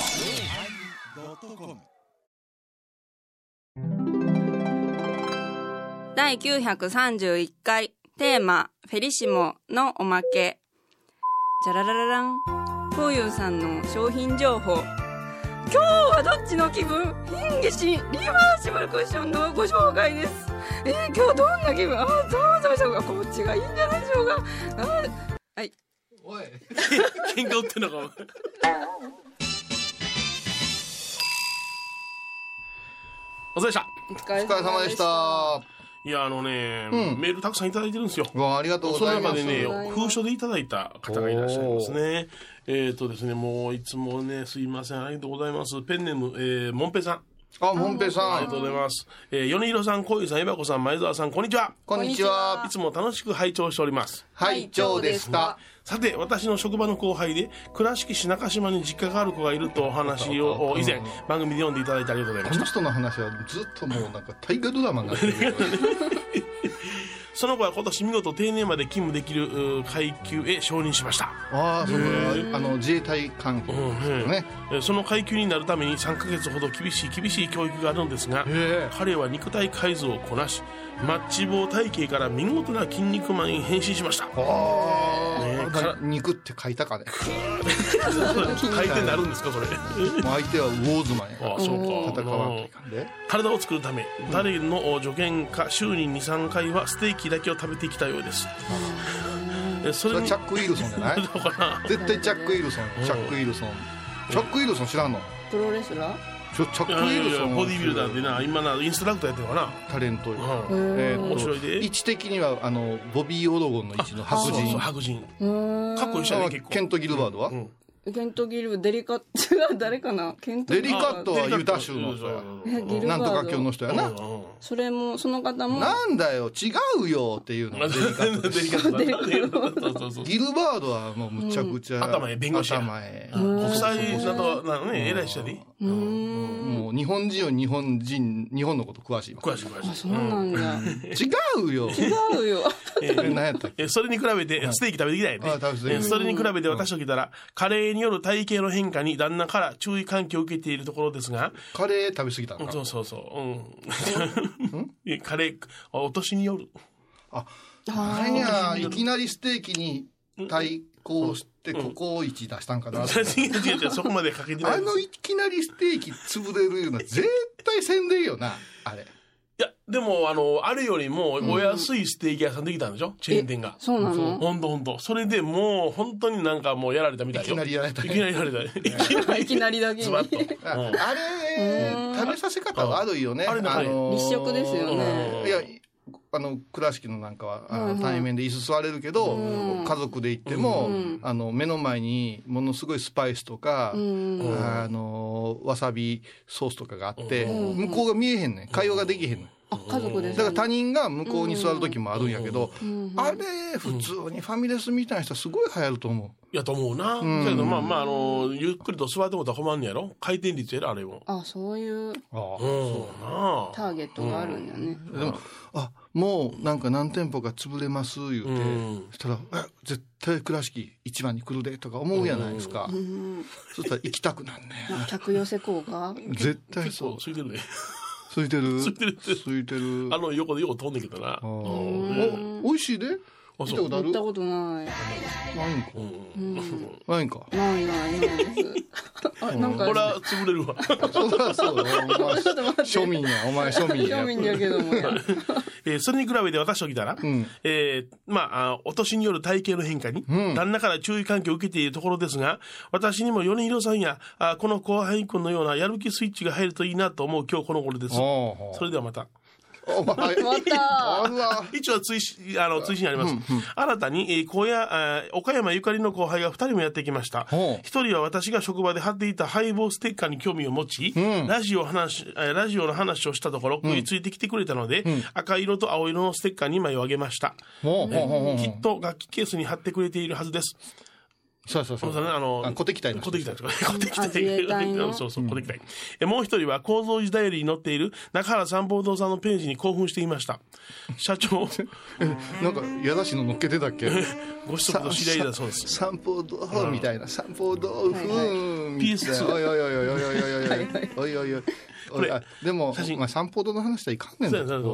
yosmir 第931回テーマ「フェリシモ」のおまけじゃららららんこうゆうさんの商品情報今日はどっちの気分ヒンゲシンリバーシブルクッションのご紹介ですえー、今日どんな気分あーどうしましょうかこっちがいいんじゃないでしょうかあーはい喧嘩売ってんのかお前お疲れでしたお疲れお疲れ様でした。わいやあのね、うんメールたくさんいただいてるんですよあ、ありがとうごそのざいま中す。でねありがとうございます封書でいただいた方がいらっしゃいますねえっ、とですねもういつもねすいませんありがとうございますペンネーム、えー、もんぺさんあ、もんぺあさ、りがとうんございます、えー、米広さんこうゆうさんえばこさん前澤さんこんにちはこんにちはい。つも楽しく拝聴しておりますはい、長でした。さて私の職場の後輩で倉敷市中島に実家がある子がいるとお話を以前番組で読んでいただいてありがとうございまこすの人の話はずっともうなんか大河ドラマになってるよね。その子は今年見事定年まで勤務できるうー階級へ承認しましたああ、そこはあの自衛隊関係ですけどね。えーその階級になるために3ヶ月ほど厳しい厳しい教育があるんですへがえ彼は肉体改造をこなしマッチ棒体型から見事な筋肉マンに変身しました ねあえからあ、肉って書いたかね。回転なるんで すかそれもう相手はウォーズマンやからあそうか戦わんといかんで。体を作るため誰の助言か週に23回はステーキだけを食べてきたようですえそそれれはにチャック・ウィルソンじゃないどうかな絶対チャック・ウィルソンうん、チャック・ウィルソン。チャック・ウィルソン知らんのプロレスラーちょチャッいク・ウやいィやいルソやン。ボディビルダーでな今なインストラクターやってるかなタレントよ。うんえ面白いーでと位置的にはあのボビー・オロゴンの位置の白そうそ人う白人うーんかっこいいしね結構ケント・ギルバードは、うんケントギルデリカットは誰かなケントデリカットはユタ州の人やうんえギルバードなんとか教の人やな、うんそれもその方もなんだよ違うよっていうのまあがデリカットデでリすカットだね そうそうそうギルバードはもうむちゃくちゃ、ん頭ええ弁護士や頭ええ国際などなのね偉い人にうーんもう日本人より日本人日本のこと詳しいわ詳しい詳しいあそうなんだ 違うよ違うよええー何やったっけえそれに比べて、ステーキ食べてきたよね。あ食べてきたえそれに比べて私と来たら、加齢による体型の変化に旦那から注意喚起を受けているところですが、カレー食べ過ぎたのかそうそうそう、 うん。え加齢、あお年による。何やいきなりステーキに対抗してここを1出したんかな、 違う違う違うそこまでかけてなあいです。のいきなりステーキ潰れるような絶対せんでいいよなあれいや、でも、あの、あれよりも、お安いステーキ屋さんできたんでしょチェーン店が。そうなのほんとほんと。それでもう、本当になんかもうやられたみたいよ。いきなりやられたいきなりやられた。いきなりいきなりだけズにバッと。あうんあれ食べさせ方悪いよね。あれねはいのー立食ですよねいやあの倉敷のなんかはあの対面で椅子座れるけど、家族で行っても、あの目の前にものすごいスパイスとか、あのーわさびソースとかがあって、向こうが見えへんねん会話ができへんねん。あ家族ですだから他人が向こうに座る時もあるんやけど、あれ普通にファミレスみたいな人すごい流行ると思う。いやと思うな。だけど、まあまあ、あの、ゆっくりと座ってもらったら困んねやろ回転率やろあれも。あそういううん、そうなターゲットがあるんだねでも、あ、もうなんか何店舗か潰れます、言うて、うんそしたら、え、絶対倉敷一番に来るで、とか思うやないですか。そしたら行きたくなんね。客寄せ効果絶対結そう構。空いてるね。空いてる。空いてる空いてる。あの横でよう飛んできたな。あーお、美味しいで行ったことあ乗るったことないワインか。ワインか。ないないないですあなんかこれは潰れるわ。 そりゃそうよ。お前、庶民や。お前、庶民や。 庶民だけどもやえーそれに比べて私と来たら、んえーまああ、お年による体型の変化に、ん旦那から注意喚起を受けているところですが、私にも米広さんや、あこの後輩君のようなやる気スイッチが入るといいなと思う今日この頃です。おそれではまた。おま前、たあるわ。一応追伸、あの、追伸あります。新たに、えー、小屋、あー岡山ゆかりの後輩が二人もやってきましたほう。一人は私が職場で貼っていたハイボーステッカーに興味を持ち、ラジオ話、えーラジオの話をしたところ、食いついてきてくれたので、赤色と青色のステッカー2枚をあげました。もう、もう、もう、もきうっと楽器ケースに貼ってくれているはずです。そうそうそう。そうだねあの小敵隊の人小敵隊とかね。ん小敵隊。あ自衛隊の そうそう、小敵隊。えもう一人は、構造時代よりに載っている中原三宝堂さんのページに興奮していました。社長、 なんか、矢田氏の乗っけてたっけご子息の知り合いだそうです。散歩どうみたいな。散歩どうふーん。い PS2 おいおいおいおいおいおいおいおいおいおいおいおいれあでも写、真まあ、散歩道の話はいかんねんそうだやそう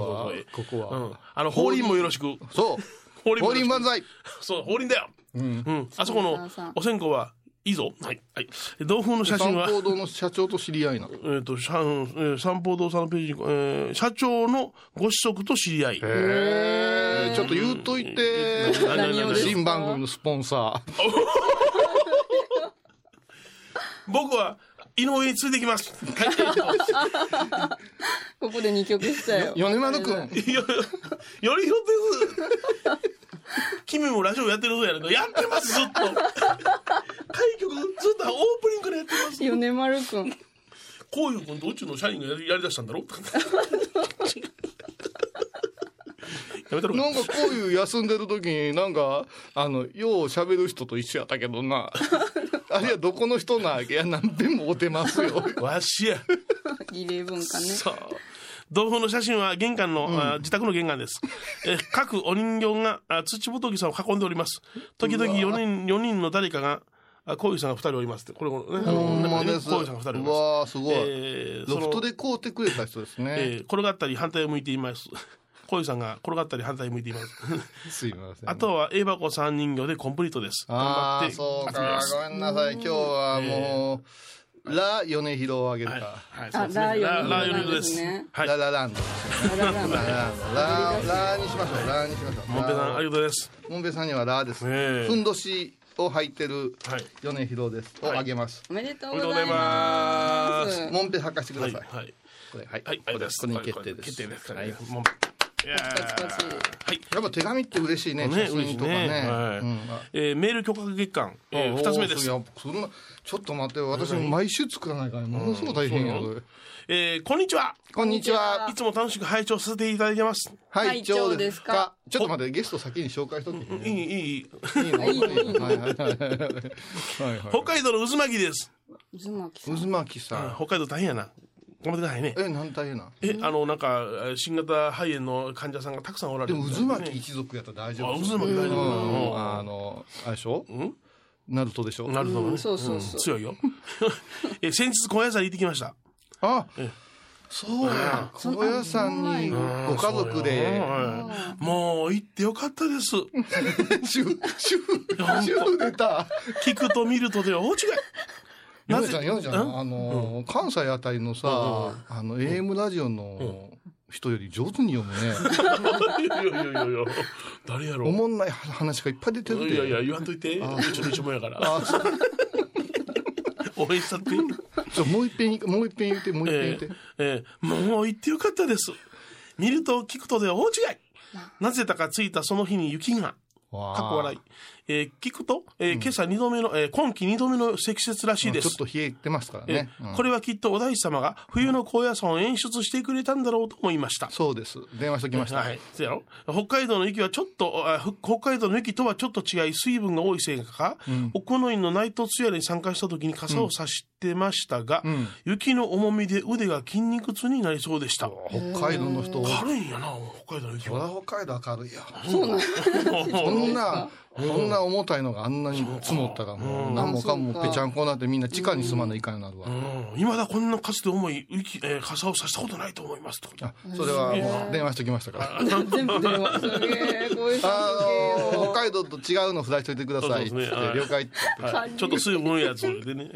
こそこうそはこう。こうはん。あの、法輪もよろしく。そう。法法輪もよろし万歳くそう、法輪だよ。うん。あそこのお線香はいいぞ。はい。はい。同封の写散真は、歩道の社長と知り合いなの。えっ、と、さんえー三宝堂さんのページに、えー社長のご子息と知り合い。えーちょっと言うといて、何をですか新番組のスポンサー。僕は、井上についてきます。はい。ここで二曲したよ。米丸くん。 よ、よりひょです。君もラジオやってるぞやねんけどやってます、 ずっと。開局、ずっとオープニングでやってます。米丸くん。こういう君と宇宙の社員がやりやりだしたんだろ やめたろ かなんかこういう休んでる時になんかあのよう喋る人と一緒やったけど なあれはどこの人なんいや何遍も会うてます よわしや。儀礼文化ね。そう。同封の写真は玄関の、あ自宅の玄関です。え各お人形があ土仏さんを囲んでおります。時々4人、四人の誰かが、あ、こういうさんが2人おりますって。これ、ね、ほんまねですこういうさんが2人おります。うわーすごいえーロフトそのでこうてくれた人ですね、えー転がったり反対を向いています。 こういうさんが転がったり反対を向いています。すいませんあとは、エバコ3人形でコンプリートです。頑あ張あって。そう集めかますごめんなさい今日はもう、ラ・米広をあげるはい。か、はい、あそうですねラーヨンラーヨンでですすね。はい。ラ・ラ・ランドラララ・ラランドラ・ラにしましょうラにしましょうモンペさん、ありがとうございます。もんべさんにはラーです、ねえふんどしを履いてるはい。米広ですをあげます、おめでとうおめでとごうござざいいまます。す。もんぺ履かしてくださ、はいい。はい。これはい、はい、これですこれに決定です決定ですからはいね。もういやパチパチー はい。やっぱ手紙って嬉しいね、ね写真とかね。嬉しいねはいうんえーメール許可月間、えーあ二つ目ですい。やそんなちょっと待ってよ、私も毎週作らないから、ものすごく大変やうんそうこれえーこんにちは。こんにちは。いつも楽しく拝聴させていただいてます。はい、ちょ長うでですすかか。ちょっと待って、ゲスト先に紹介しとき。いいいい、いい。のいいのはいはいはいはいは北海道の渦巻きです。渦巻さい。ん。渦巻さん。北海道大変やな。頑張ってくださいね。え、なん大変なん。え、あの、なんか、えー新型肺炎の患者さんがたくさんおられでるもみたい渦ね。巻一族やったら大丈あ、夫。渦巻き大う丈夫んあの、あれでしょナルトでしょなの。なるほどうねん。そうそうそう。強いよ。 え、先日、高野菜行ってきました。あえ、そうや。小屋さんにご家族で。はいもう行ってよかったです。 主婦、主婦、主婦出た。聞くと見るとでは大違い。 ヨネちゃん、ヨネちゃん、んあのー、関西あたりのさ、あの、AM ラジオの人より上手に読むね。 いやいやいやいや、誰やろお。もんない話がいっぱい出てるいやいや、で。言わんといて。うちの一もやから。あ、そう応援した って。ちょもう一遍、 もう一遍言って、もう一遍言えってー。えーもう行ってよかったです。見ると聞くとでは大違い。なぜだかついたその日に雪が。わあかっこ笑い。えー聞くと、えー今朝二度目の、えー今季二度目の積雪らしいでちょすっ。と冷えてますからえね。ーうんこれはきっとお大師様が冬の高野山を演出してくれたんだろうと思いました。そうです。電話しときました。はい。そうやろ北海道の雪はちょっと、あふ北海道の雪とはちょっと違い、水分が多いせいか、奥の院の内藤通夜に参加した時に傘を差してましたが、ん雪の重みで腕が筋肉痛になりそうでした。北海道の人、軽いんやな、北海道の雪そは。ら北海道明るいよ。そそんな、そんな重たいのがあんなに積もったら、もう何もかもぺちゃんこになってみんな地下に住まないかになるわ。いまだこんなかつて重い雪、えー傘を差したことないと思いますと。あ、それはもう電話しときましたから。全部電 話。すげえ、小江さあんすげえのよ北海道と違うのフライしといてくださいっつそってうですねはい了解ってはいちょっと水分のやつで ね。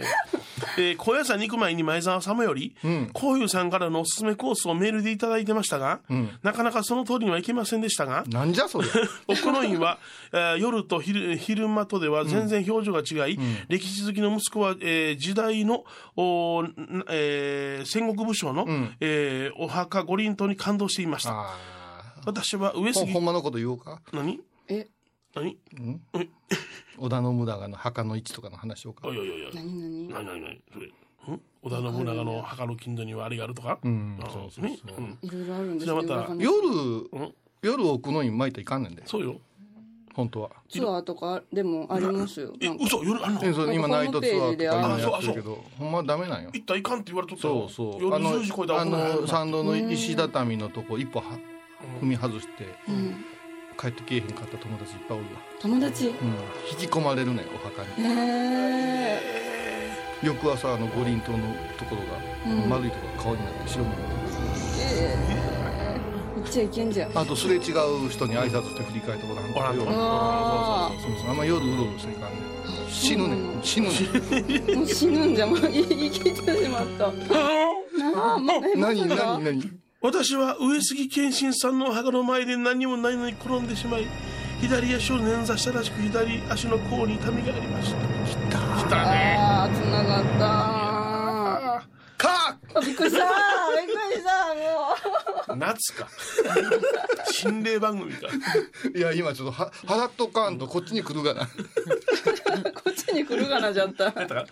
えー、高野山に行く前に前澤様より、こういうさんからのおすすめコースをメールでいただいてましたが、なかなかその通りにはいけませんでし たが、なんじゃそれ奥の院は、えー夜と昼昼間とでは全然表情が違い、歴史好きの息子は、えー時代の、おーんえー戦国武将の、えーお墓五輪塔に感動していました。あ私は上ーほん杉ほ、んまのこと言おうか何え、何織田信長の墓の位置とかの話しようあかいやいやいや、何何何何何それ。ん織田信長の墓の近所にはあれがあるとかうん。そうそうそう。んいろいろあるんですじゃあまたよくわかんない夜夜奥の院巻いていかんねんでそうよ。本当は。ツアーとかでもありますよ。えなんか嘘夜あんのえそう今ナイトツアーとか今やなんかホームページであっるてるけど、ほんまはダメなんよ。行ったらいかんって言われとったそようそう。夜あの10時超えたらあ危ないの危ない参道の石畳のとこ一歩は踏み外してうん帰ってけえへんかった友達いっぱいおるわ。友達。うん引き込まれるねんお墓に。へえ。翌朝あの五輪塔のところが、うん丸いところが顔になって白くなってる。めっちゃいけんじゃん。あとすれ違う人に挨拶して振り返ってもらんおらんよとこうあーそうそうあんま夜うろうろしていかんね死ぬねん死ぬ ねもう死ぬんじゃん。 もう生きてしまった。ああ、もう。えん何まさか何何私は上杉謙信さんのお墓の前で何もないのに転んでしまい左足を捻挫したらしく左足の甲に痛みがありましたきたきたねああ、つながった。あかびっくりした。びっくりした。も夏か 心霊番組かいや今ちょっとは払っとかんとこっちに来るがな う。こっちに来るかな、じゃった。だからわ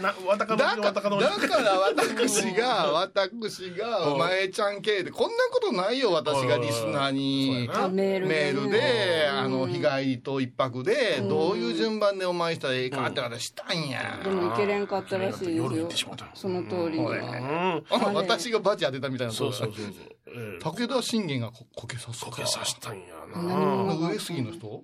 なわたかのだじわかたかのじだから私が私がお前ちゃん系でこんなことないよ私がリスナーにそうやなあメールメでねールであの日帰りと一泊でどういう順番でお前したらええかって私したんやでも行けれんかったらしい夜行っでてすしまよった。その通りには。うんあ私がバチ当てたみたいなそうそううそうそう、ええ武田信玄がここけさすこかけさしたんや何なも上杉の人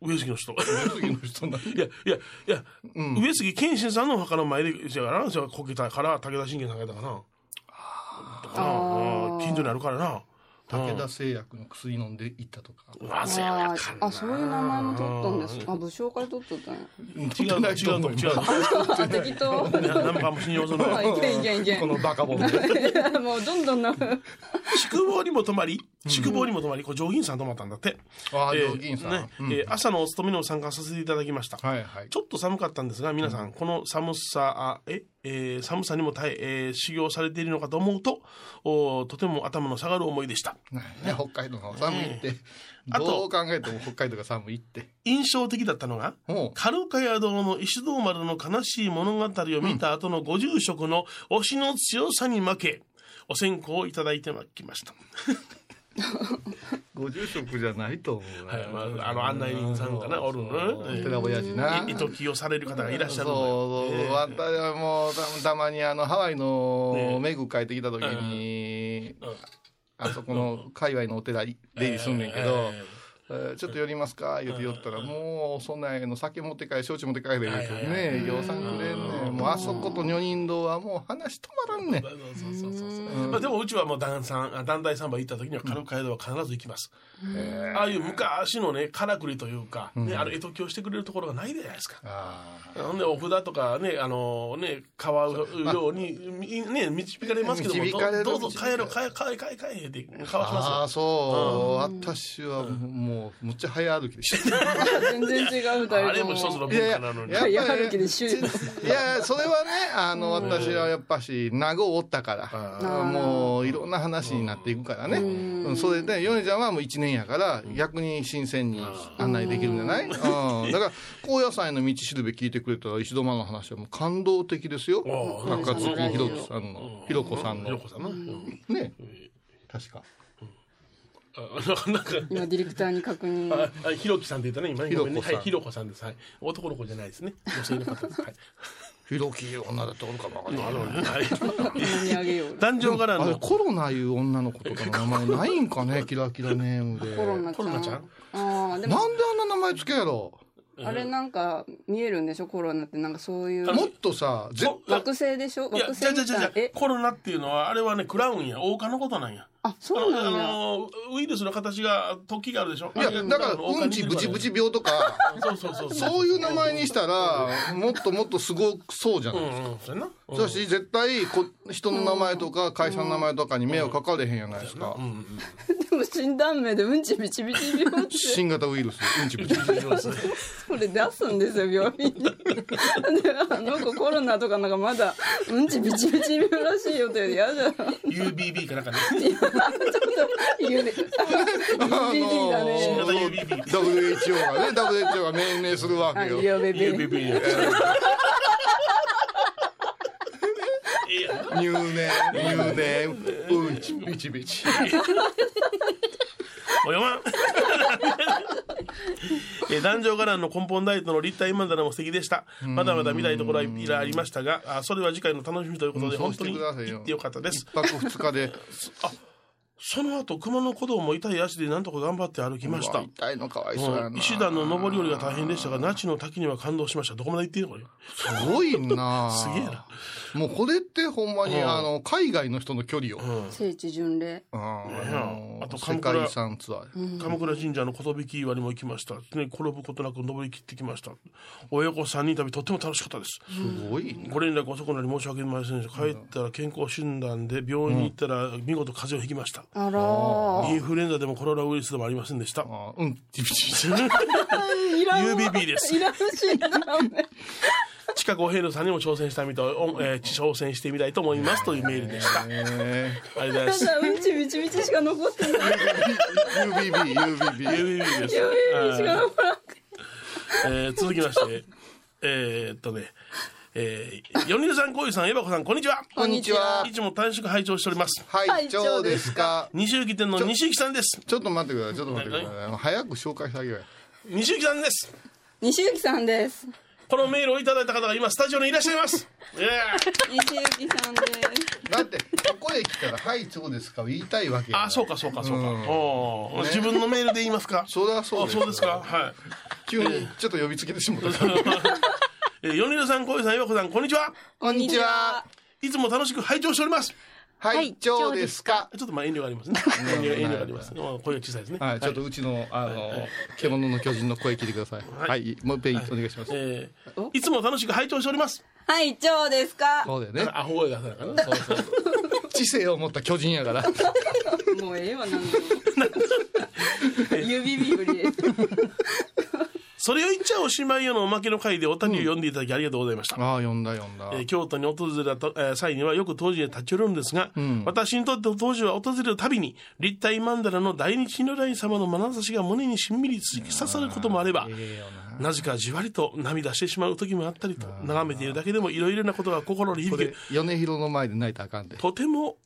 上杉の人上杉の人なんいやいやいや、うん上杉謙信さんのお墓の前でじゃあなじゃあこけたから武田信玄さんがやったかなだからあーうん近所にあるからな武田製薬の薬飲んで行ったとか。なぜやあかんなあ、そういう名前も取ったんですか。あ、武将から取っとったんや。違う違うと違うあ、適当。いや何かもしんようそのあいけんいけんいけんこのバカボンで。もうどんどんな。宿坊にも泊まり宿坊にも泊まりこう上品さん泊まったんだってああ、えー料金さん。ねうんえー朝のお勤めの参加させていただきましたはいはいち。ょっと寒かったんですが、皆さん、この寒さ、あえ、えー寒さにも耐ええー修行されているのかと思うと、おーとても頭の下がる思いでした。 ね北海道が寒いって。あとどう考えても北海道が寒いって。印象的だったのが、もカルカヤ堂の石堂丸の悲しい物語を見た後のご住職の推しの強さに負け、お線香をいただいてまきました。う、ご住職じゃないと思うな。はいまああの案内人さんかなおるのねね。寺親父な。い糸気をされる方がいらっしゃるのそうそう、よ。私はもうたたまにあのハワイねのメグ帰ってきた時に、うんあそこの界隈のお寺出入りすんねんけど、えーちょっと寄りますか言うて寄ったら、もう、そんなんええの酒持って帰れ、焼酎持って帰れ、言うてはいはいはね、養蚕くれんねん。もう、あそこと女人堂はもう話止まらんねん。えーそうそうそうそうまあでもうちはもう団さんあ団体三番行った時にはカルカヤ堂は必ず行きます。ああいう昔のね、からくりというか、ね、あの、絵解きをしてくれるところがないじゃないですか。あーほんで、お札とかね、あのね、買うように、みね、導かれますけども、導かれるどうどう導ぞ買かえれろ、る買え、買え、買え、買えって、買わしあまー、そう。私はもう、むっちゃ早歩きでした。全然違う二すよ。人あれも一つの文化なのに。やっぱり早歩きで周囲いや、それはね、あの、私はやっぱし、名護おったから、ーもう、いろんな話になっていくからね。うんそれで、ヨネちゃんはもう1年やから、逆に新鮮に案内できるんじゃないうん。だから、高野菜の道しるべ聞いてくれたら、石戸間の話はもう感動的ですよ。おー中月ひろきさんの、ひろこさんひろのこ。さんの。うんね。確か。あなんか、今ディレクターに確認。ああひろきさんって言ったね、今ね、ごめんね。ひろこはさんい、ひろこさんです。はい。男の子じゃないですね。女性の方です。はい。ひろき女だっておるかもわかんないな るほどね。はい。飲み上げよう。壇上からあれの、コロナいう女の子とかの名前ないんかねキラキラネームでコロなナんでちゃコロナん。ちゃんああ、であんも、な名前つけやろあれなんか見えるんでしょコロナってなんかそういう。もっとさぜ惑星でしょいや、惑じゃ星あじゃみあじゃあじたゃいあ。え、コロナっていうのは、あれはね、クラウンや、王冠のことなんや。あ、あそうなんだ。のウイルスの形が突起があるでしょいやだからうんちブチブチ病と かそうそうそうそういう名前にしたらもっともっとすごそうじゃうなんいうんそれなうんそし絶対こ人の名前とか会社の名前とかに迷惑かかれへんやないですかでも診断名でうんちびちびち病って。新型ウイルスうんちぶちそれ出すんですよ、病院に。で、あの子コロナとかなんかまだ、うんちびちびち病らしいよって、やだ。ちょっ UBB かなんか ねと、言うね。BD だあね。の WHO がね WHO が命名するわあ、けいよや、ベビー。 UBB やいや入念入念うんちびちびちおやまん えー、壇上伽藍の根本ダイエットの立体マンダラも素敵でした。まだまだ見たいところはいらいありましたが、あそれは次回の楽しみということで、うんそう本し当てにくださいよ行ってよかったです一。泊二日でその後、熊野古道も痛い足でなんとか頑張って歩 きましうたわ。痛いのかわいそうやうんな石段の上り下りが大変でしたが、那智の滝には感動しました。どこまで行っていいのこれ。すごいな すげえなもうこれってほんまに、うんあの海外の人の距離よ、うん聖地巡礼。あーねえあと世鎌倉界遺産ツアー、鎌倉神社の寿岩にも行きました、ね、転ぶことなく登り切ってきました親子3人旅とっても楽しかったですすごいねご連絡遅くなり申し訳ありませんでした帰ったら健康診断で病院に行ったら見事風邪をひきました、あらー。インフルエンザでもコロナウイルスでもありませんでしたあーうんいらん UBB ですいらんしいな。近くお平野さんにも挑戦したみたい、おえー挑戦してみたいと思いますというメールでしたありえ がとうございますただうんちみちみちしか残ってない。ー UBB UBB UBB ですしか残らん。えー続きまして、えーっとね、えー、米津さん、小井さん、エバコさん、こんにちは。こんにちはいつも短縮拝聴しております。はい長ですか西行店の西行さんです。ちょっと待ってくださいちょっと待ってくださいあの早く紹介してあげようよ西行さんです。西行さんです。このメールをいただいた方が今、スタジオにいらっしゃいます。いや西行さんです。だってここへ来たら「はい長ですか」を言いたいわけやあ、そうか、そうか、そうか。うんおー自分のメールで言いますか。そりゃそうあですそうですか。はい。急にちょっと呼びつけてしまったえー、米津さん、小井さん、エバコさん、こんにちは。こんにちは。いつも楽しく拝聴しております。はい長ですかちょっとまあ遠慮がありますね。遠慮遠慮があります。もう声が小さいですね。はい、ちょっとうちの、あの、獣の巨人の声聞いてください。いはい、もう一遍お願いします。えーいつも楽しく拝聴しております。はい、長ですか。そうだよね。アホ声出さなあかんな。そうそう。知性を持った巨人やから。もうええわ、なんで も。指ビブリです。それを言っちゃおしまいよのおまけの回でお便りを読んでいただきありがとうございました。ああ、呼んだ呼んだ。えー京都に訪れたと、えー際にはよく当時へ立ち寄るんですが、私にとって当時は訪れるたびに立体曼荼羅の大日如来様の眼差しが胸にしんみり突き刺さることもあれば、なぜかじわりと涙してしまう時もあったりと、眺めているだけでもいろいろなことが心にこ響れく、、米広の前で泣いたらあかんで。とて も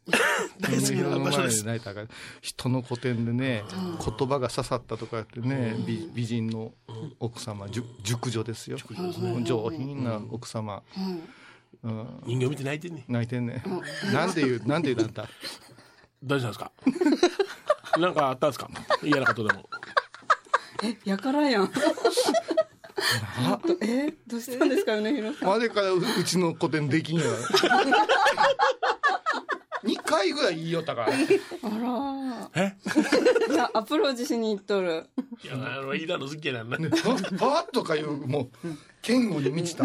大好米き広なの場所前で。です泣いたらあかん。人の古典でね、言葉が刺さったとかやってね、美美人の奥様、じゅ熟女ですよ。上品な奥様。うん人形見て泣いてんね。泣いてんね。なんて言う、なんて言うなんだ。大丈夫なんですか なんかあったんですか嫌なことでも。やからやん。え、どうしたんですか、米広さん。までからううちの古典できんやろ。 二回ぐらい言いよったから。 あえら。いや、アプローチしに行っとる。いや、あの、いいだの好きやなんな。あとかいう、もう、剣豪に満ちた。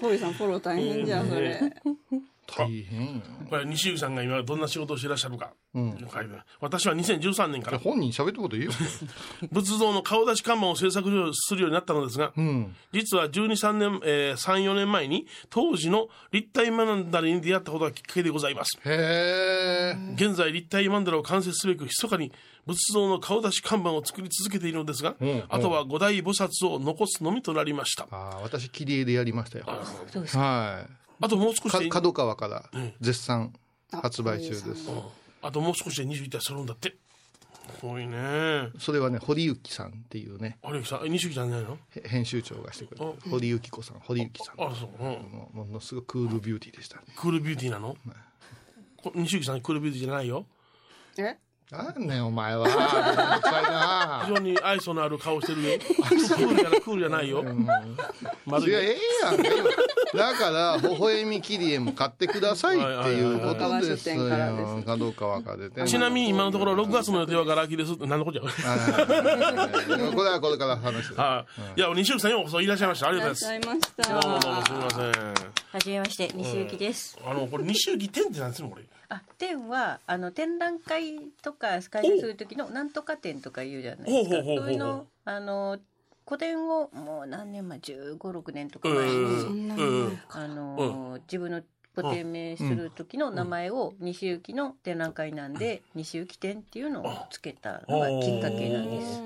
コウイさんフォロー大変じゃん、それ。大変よ。これ西口さんが今どんな仕事をしていらっしゃるか、私は2013年から本人喋ったこといいよ。仏像の顔出し看板を制作するようになったのですが、うん。実は12、3年、えー3、4年前に当時の立体マンダラに出会ったことがきっかけでございます。へえ。現在立体マンダラを完成すべく密かに仏像の顔出し看板を作り続けているのですが、うんあとは五大菩薩を残すのみとなりました。ああ、私、切り絵でやりましたよ。はあともう少い。しで、か角川から絶賛発売中であす。あともう少しで21体揃うんだって。すごいね。それはね、堀幸さんっていうね、あれさん、え西口じゃないのへ編集長がしてくれてる、堀幸子さん、堀幸さん。あ、そう。うんもうものすごくクールビューティーでしたね。クールビューティーなのこ西口さんクールビューティーじゃないよえなんねんお前は。めんどくさいな非常に愛想のある顔してるよクールじゃないクールじゃないよまいや、るいええやん。だから、微笑み切り絵も買ってくださいっていうことですよ角川書店からです。角川から出て。ちなみに今のところ6月の予定はガラ空きです何のことじ ゃはいこれはこれから話す。はいいや西口さんようこそいらっしゃいましたありいがとらうっごしざゃいいました。ますどうもどうもすみませんはじめまして、西行です。あのこれ西行店ってなんですのこれあ、店は、あの展覧会とか、開催する時の、なんとか店とか言うじゃないですか。ほうほうほうほうそういうの、あの、古典を、もう何年前、15、6年とか前うんに、んなうんあの、自分の。ご店名する時の名前を西行きの展覧会なんで、西行き店っていうのをつけたのがきっかけなんです。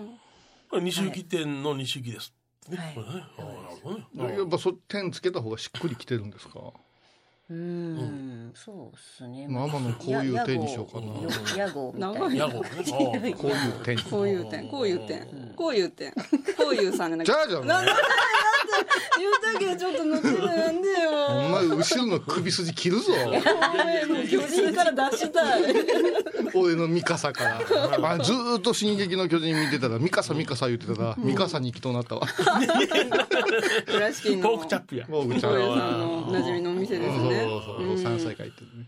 これ西行店の西行ですねはいこれねあなるほどねやっぱそ、点つけた方がしっくりきてるんですかうん、そうですね。まあ天野こういう点にしようかなや野号み長たいいなヤな。ゴね。ああ ここうういう点。いう点、こういう点、こういう点、こういうさんじゃなくじてゃ。あじゃなあん、でだって言うたけどちょっと乗ってるなんでおよ。前後ろの首筋切 るぞ。もう巨人から出したい。俺のミカサから。あずーっと進撃の巨人見てたら、ミカサミカサ言ってたら、ミカサに行きとなったわ。倉敷の。ポークチャップや。もうぐちゃ小う屋さんわ。のおなじみのお店ですそうね。そうそう。山菜会行って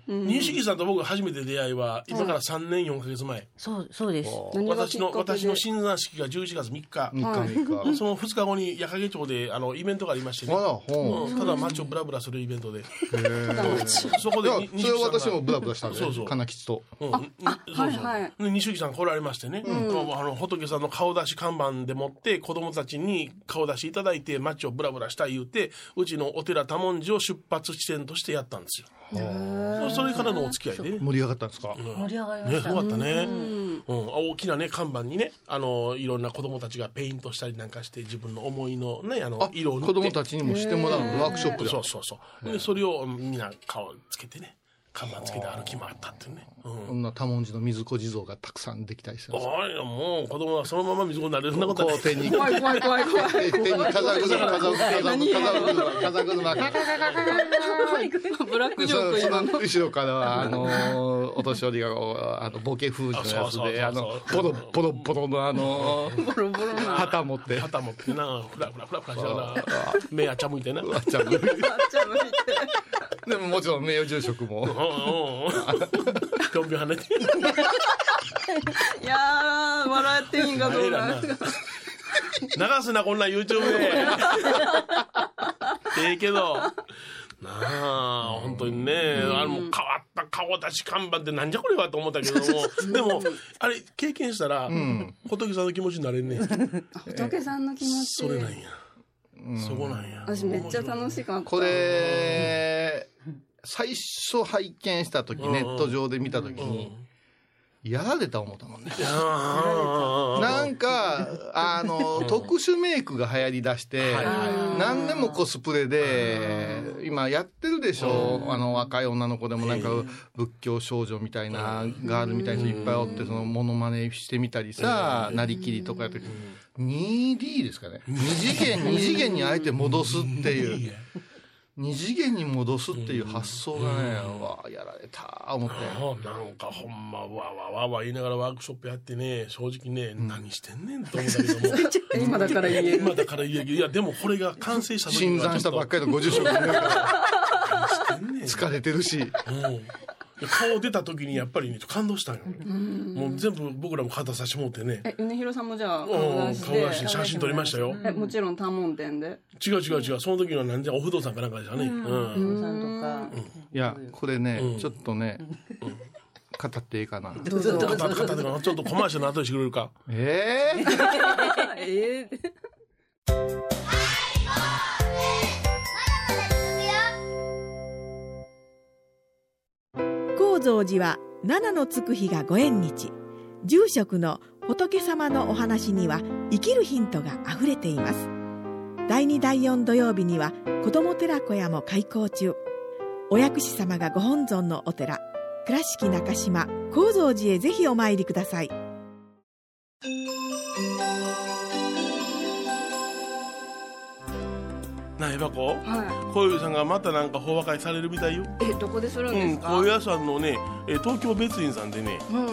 るね。西木さんと僕が初めて出会いは、今から3年4ヶ月前。そう、そうです。何がき私っかの、けで私の新山式が11月3日。三日三日。その2日後に矢掛町であのイベントがありましてあら、ね。ほうんただ街をブラブラするイベントで。う。へーそこいでや、にそれは私もブラブラしたんでそうそう、金吉と。うんうんそはうそういはいで西木さん来られましてね、もうあの仏さんの顔出し看板でもって子供たちに顔出していただいて街をブラブラしたい言うてうちのお寺多文字を出発地点としてやったんですよそそれからのお付き合いでね盛り上がったんですか盛り上がりまねしよた。かったね、うん大きなね看板にねあのいろんな子供たちがペイントしたりなんかして自分の思いのねあのあ、色を塗って子供たちにもしてもらうワークショップだそうそうそうでそれをみんな顔つけてね看板つけて歩き回ったっていうね、うんこんな多文字の水子地蔵がたくさんできたりしてます。おいもう子供はそのまま水子になれるそんなことはこな手いうに、怖い怖い怖い怖い。手に風車、風車、風車、風車、風車、風車、ブラックジョーそクそ今の後ろからは、あ のー、お年寄りがこう、あの、ボケ封じのやつで、ああそうのそボう、そうそうロボロボロのあのー、ボロボロな。旗持って、肩持ってなフラフラフラフラしながら目あちゃむいてなうんうんあっちゃんであっちゃんの見てでももちろん名誉住職も、 ぴょんぴょん跳ねて いやー笑っていいんかあどれうらなな。流すなこんな ん YouTube でええけどなあ本当にねあのもう変わった顔出し看板ってなんじゃこれはと思ったけどもでもあれ経験したら仏さんの気持ちになれんね仏さんの気持ちそれなんやそこなんや私めっちゃ楽しかったこれ、最初拝見した時、んネット上で見た時に、やられた思ったもんね。ななんか、あの、特殊メイクが流行り出して、何でもコスプレで、今やってるでしょ、あの、若い女の子でもなんか、仏教少女みたいな、ガールみたいな人いっぱいおって、その、モノマネしてみたりさ、なりきりとかやって、2D ですかね。2次元、2次元にあえて戻すっていう。二次元に戻すっていう発想がね、うわやられた、思って。なんかほんまわわわわ言いながらワークショップやってね正直ね、何してんねんと思ったけども今だから言える今だから言えるいやでもこれが完成した時新には参したばっちかりの50色になるからょっと何して疲れてるし。んねん、うん、顔出た時にやっぱりね感動したんよ、もう全部僕らも肩差しもうてねえ米広さんもじゃあうん顔出顔出しして写真撮りましたよ、えもちろん多聞店で違う違う違うその時は何じゃお不動産かなんかでしたねうん、さんとか。いや、これね、ちょっとね、語っていいかな。どうぞ。肩肩でちょっとコマーシャルの後にしてくれるかええー、 ええ高蔵寺は七のつく日がご縁日住職の仏様のお話には生きるヒントがあふれています第2第4土曜日には子ども寺小屋も開校中お薬師様がご本尊のお寺倉敷中島・高蔵寺へぜひお参りくださいなえばこは小遊さんがまたなんか法話会されるみたいよいえどこでするんうでん、すか高うんへ野山のね、えー東京別院さんでね、うん、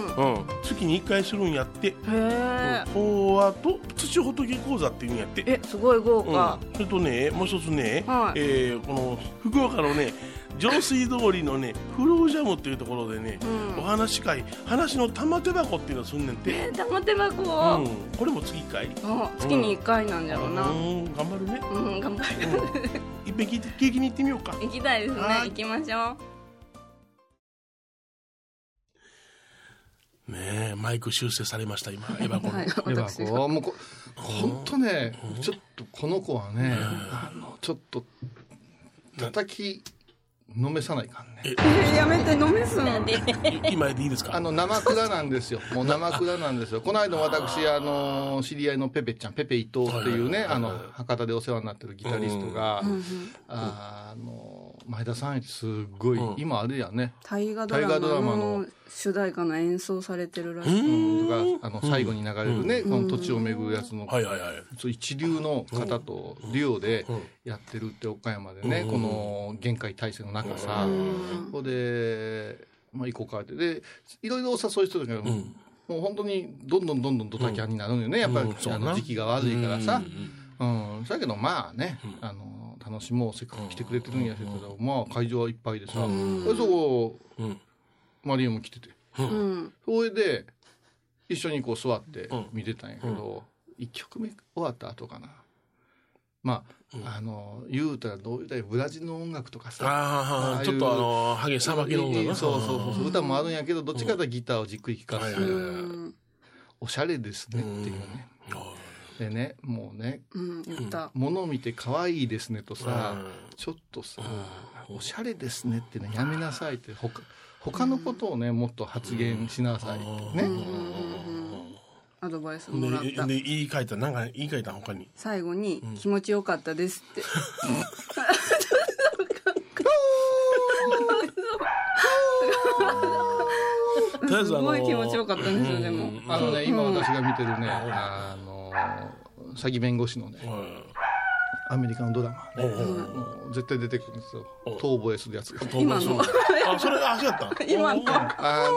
月に1回するんやって、え法話と土仏講座っていうんやって、えすごい豪うん華、それとねもう一つね、はいえーこの福岡のね上水通りのねフロージャムっていうところでね、うんお話し会話の玉手箱っていうのをすんねんて、え玉手箱うをん、これも月1回月に一回なんだろうなうん頑張るね、うん頑張るうん、いっぺん聞いて聞きに行ってみようか行きたいですねはい行きましょうねえマイク修正されました今エバコの、はいエヴ私ァ子、もうこ、ほんとね、ちょっとこの子はね、あの、ちょっと、叩き、飲めさないかんね。え やめて飲めすんで、い今でいいですかあの、生蔵なんですよ。もう生蔵なんですよ。この間私、あの、知り合いのペペちゃん、ペペ伊藤っていうね、はいはいはいあの、博多でお世話になってるギタリストが、あの、前田さんってすごい、うん今あれやね、大河ドラ大河ドラママのの主題歌の演奏されてるらしうい。うん、んとかあの最後に流れるね、この土地を巡るやつの、はいはいはいそう一流の方とデュオでやってるって岡山でね、うんこの限界体制の中さ、うんここで、まあ、行こうかってでいろいろお誘いしてたけど、うんもう本当にどんどんどんどんドタキャンになるのよね、やっぱり、うんそうあやなの時期が悪いからさうんうんうん、だけどまあね、あの楽しもうせっかく来てくれてるんやけど、まあ会場はいっぱいでさ、でそこうんマリアも来ててうん。それで一緒にこう座ってうん見てたんやけど、一1曲目終わった後かなまあ、あの言うたらどういうたらブラジルの音楽とかさあああいあうちょっとあのハゲさばきの方がいいなそうそうそうそう歌もあるんやけどどっちかというとギターをじっくり聴かせて、うんうん。おしゃれですねっていうね、でねもうねうん。言った。物を見て可愛いですねとさ、うんちょっとさ、おしゃれですねってねやめなさいって他他のことをねもっと発言しなさいってうんね、うんうんアドバイスもらっででた。言い換えたなんか言い換えた他に最後に気持ちよかったですって。とりあえすずあのごい気持ちよかったんですよでもうんあのね今私が見てるね、あの詐欺弁護士のねアメリカのドラマ、ねもう絶対出てくるんですよ遠吠えするやつが。今のあそれあそうやった今のあ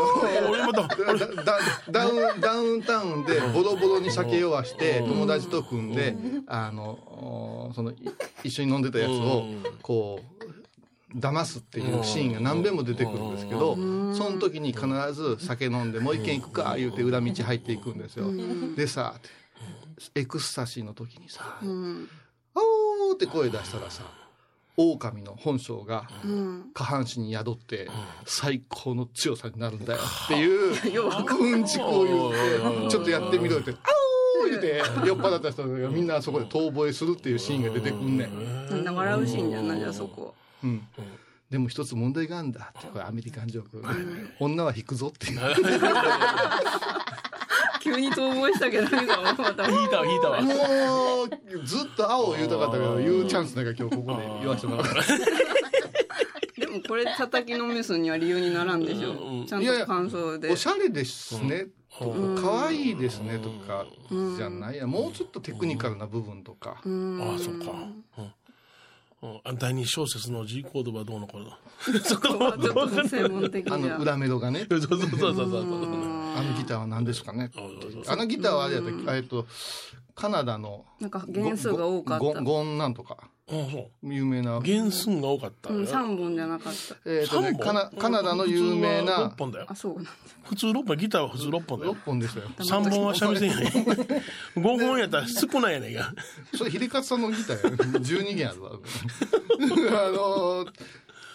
の俺まただだダウンダウンタウンでボロボロに酒弱して友達と組んであのおそのい一緒に飲んでたやつをこう騙すっていうシーンが何遍も出てくるんですけどその時に必ず酒飲んでもう一軒行くか言うて裏道入っていくんですよ。でさエクスタシーの時にさうん「おー!」って声出したらさ狼の本性がうん下半身に宿って最高の強さになるんだよっていううんちくを言ってちょっとやってみろって「あおー!」言うて酔っ払った人がみんなそこで遠吠えするっていうシーンが出てくんねん、なんだ笑うシーンじゃないじゃあそこうん、でも一つ問題があるんだってこれアメリカンジョーク女は引くぞっていうも急に遠吠えしたけどみんなもまた引いたわ引いたわうずっと「青」言うたかったけど言うチャンスだから今日ここで言わせてもらったでもこれ叩きのメスには理由にならんでしょちゃんいやいとや感想でおしゃれですねとか可愛いですねとかじゃないやもうちょっとテクニカルな部分とかああそっかうんうんあ第二小節の G コードはどうのこうのそこはちどょっとうかな専門的あじゃの裏メロがねそうそうそうそうそうあのギターは何ですかねそうそうあのギターはあれやったっけえっと、カナダの。なんか原数が多かっゴたン、ゴンなんとか。あそう有名な。原寸が多かったうん3本じゃなかったえっとね、三本カナ、カナダの有名な普通は六。本だよあそうなんだ普通六本ギターは普通六本だよ6本でしたよ。三本は三味線やね五本やったら少ないやねんかそれ、秀勝さんのギターや。12弦あ るわ。 あのー、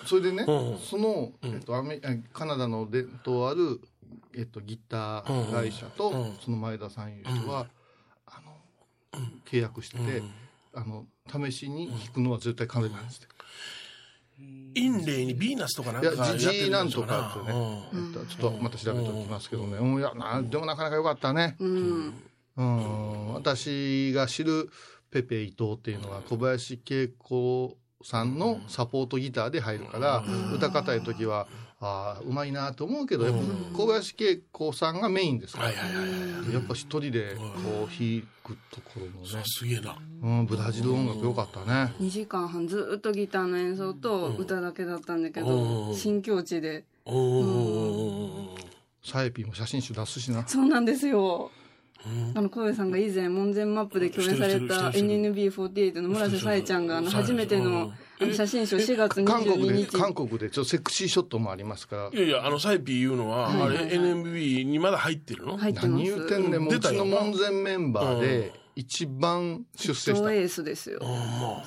それでね、うんその、えっと、アメえカナダの伝統ある、えっと、ギター会社と、うんその前田さんいう人は、あの、契約してて、あの、試しに弾くのは絶対カナダなんですって。インレイにヴィーナスとかなんいかややって、るジジイなんでしょとうかってね、えっとちょっとまた調べておきますけどね、うんいやな、でもなかなか良かったね。うんうん、私が知るペペ伊藤っていうのは小林恵子さんのサポートギターで入るから、歌方の時は、ああ、うまいなと思うけど、やっぱ小林恵子さんがメインですから、はいはいはいはいはいやっぱ一人でこう弾くところもさね、すげえなうん、ブラジル音楽良かったね。 2時間半ずーっとギターの演奏と歌だけだったんだけうどん新境地でうんうんうんうんサエピーも写真集出すしな。そうなんですよ。あの、小江さんが以前、門前マップで共演されたしてるしてるしてる NNB48 の村瀬沙絵ちゃんが、あの、そうそ初うめてうのんあの写真集4月韓国22で、日。韓国でちょっとセクシーショットもありますからい、やいやあのサイピーいうのは、はいはいはいあれ NMB にまだ入ってるの、入ってます。何言うてんねん、もう出うたちのよ門前メンバーで一番出世した。超もうエースですよ。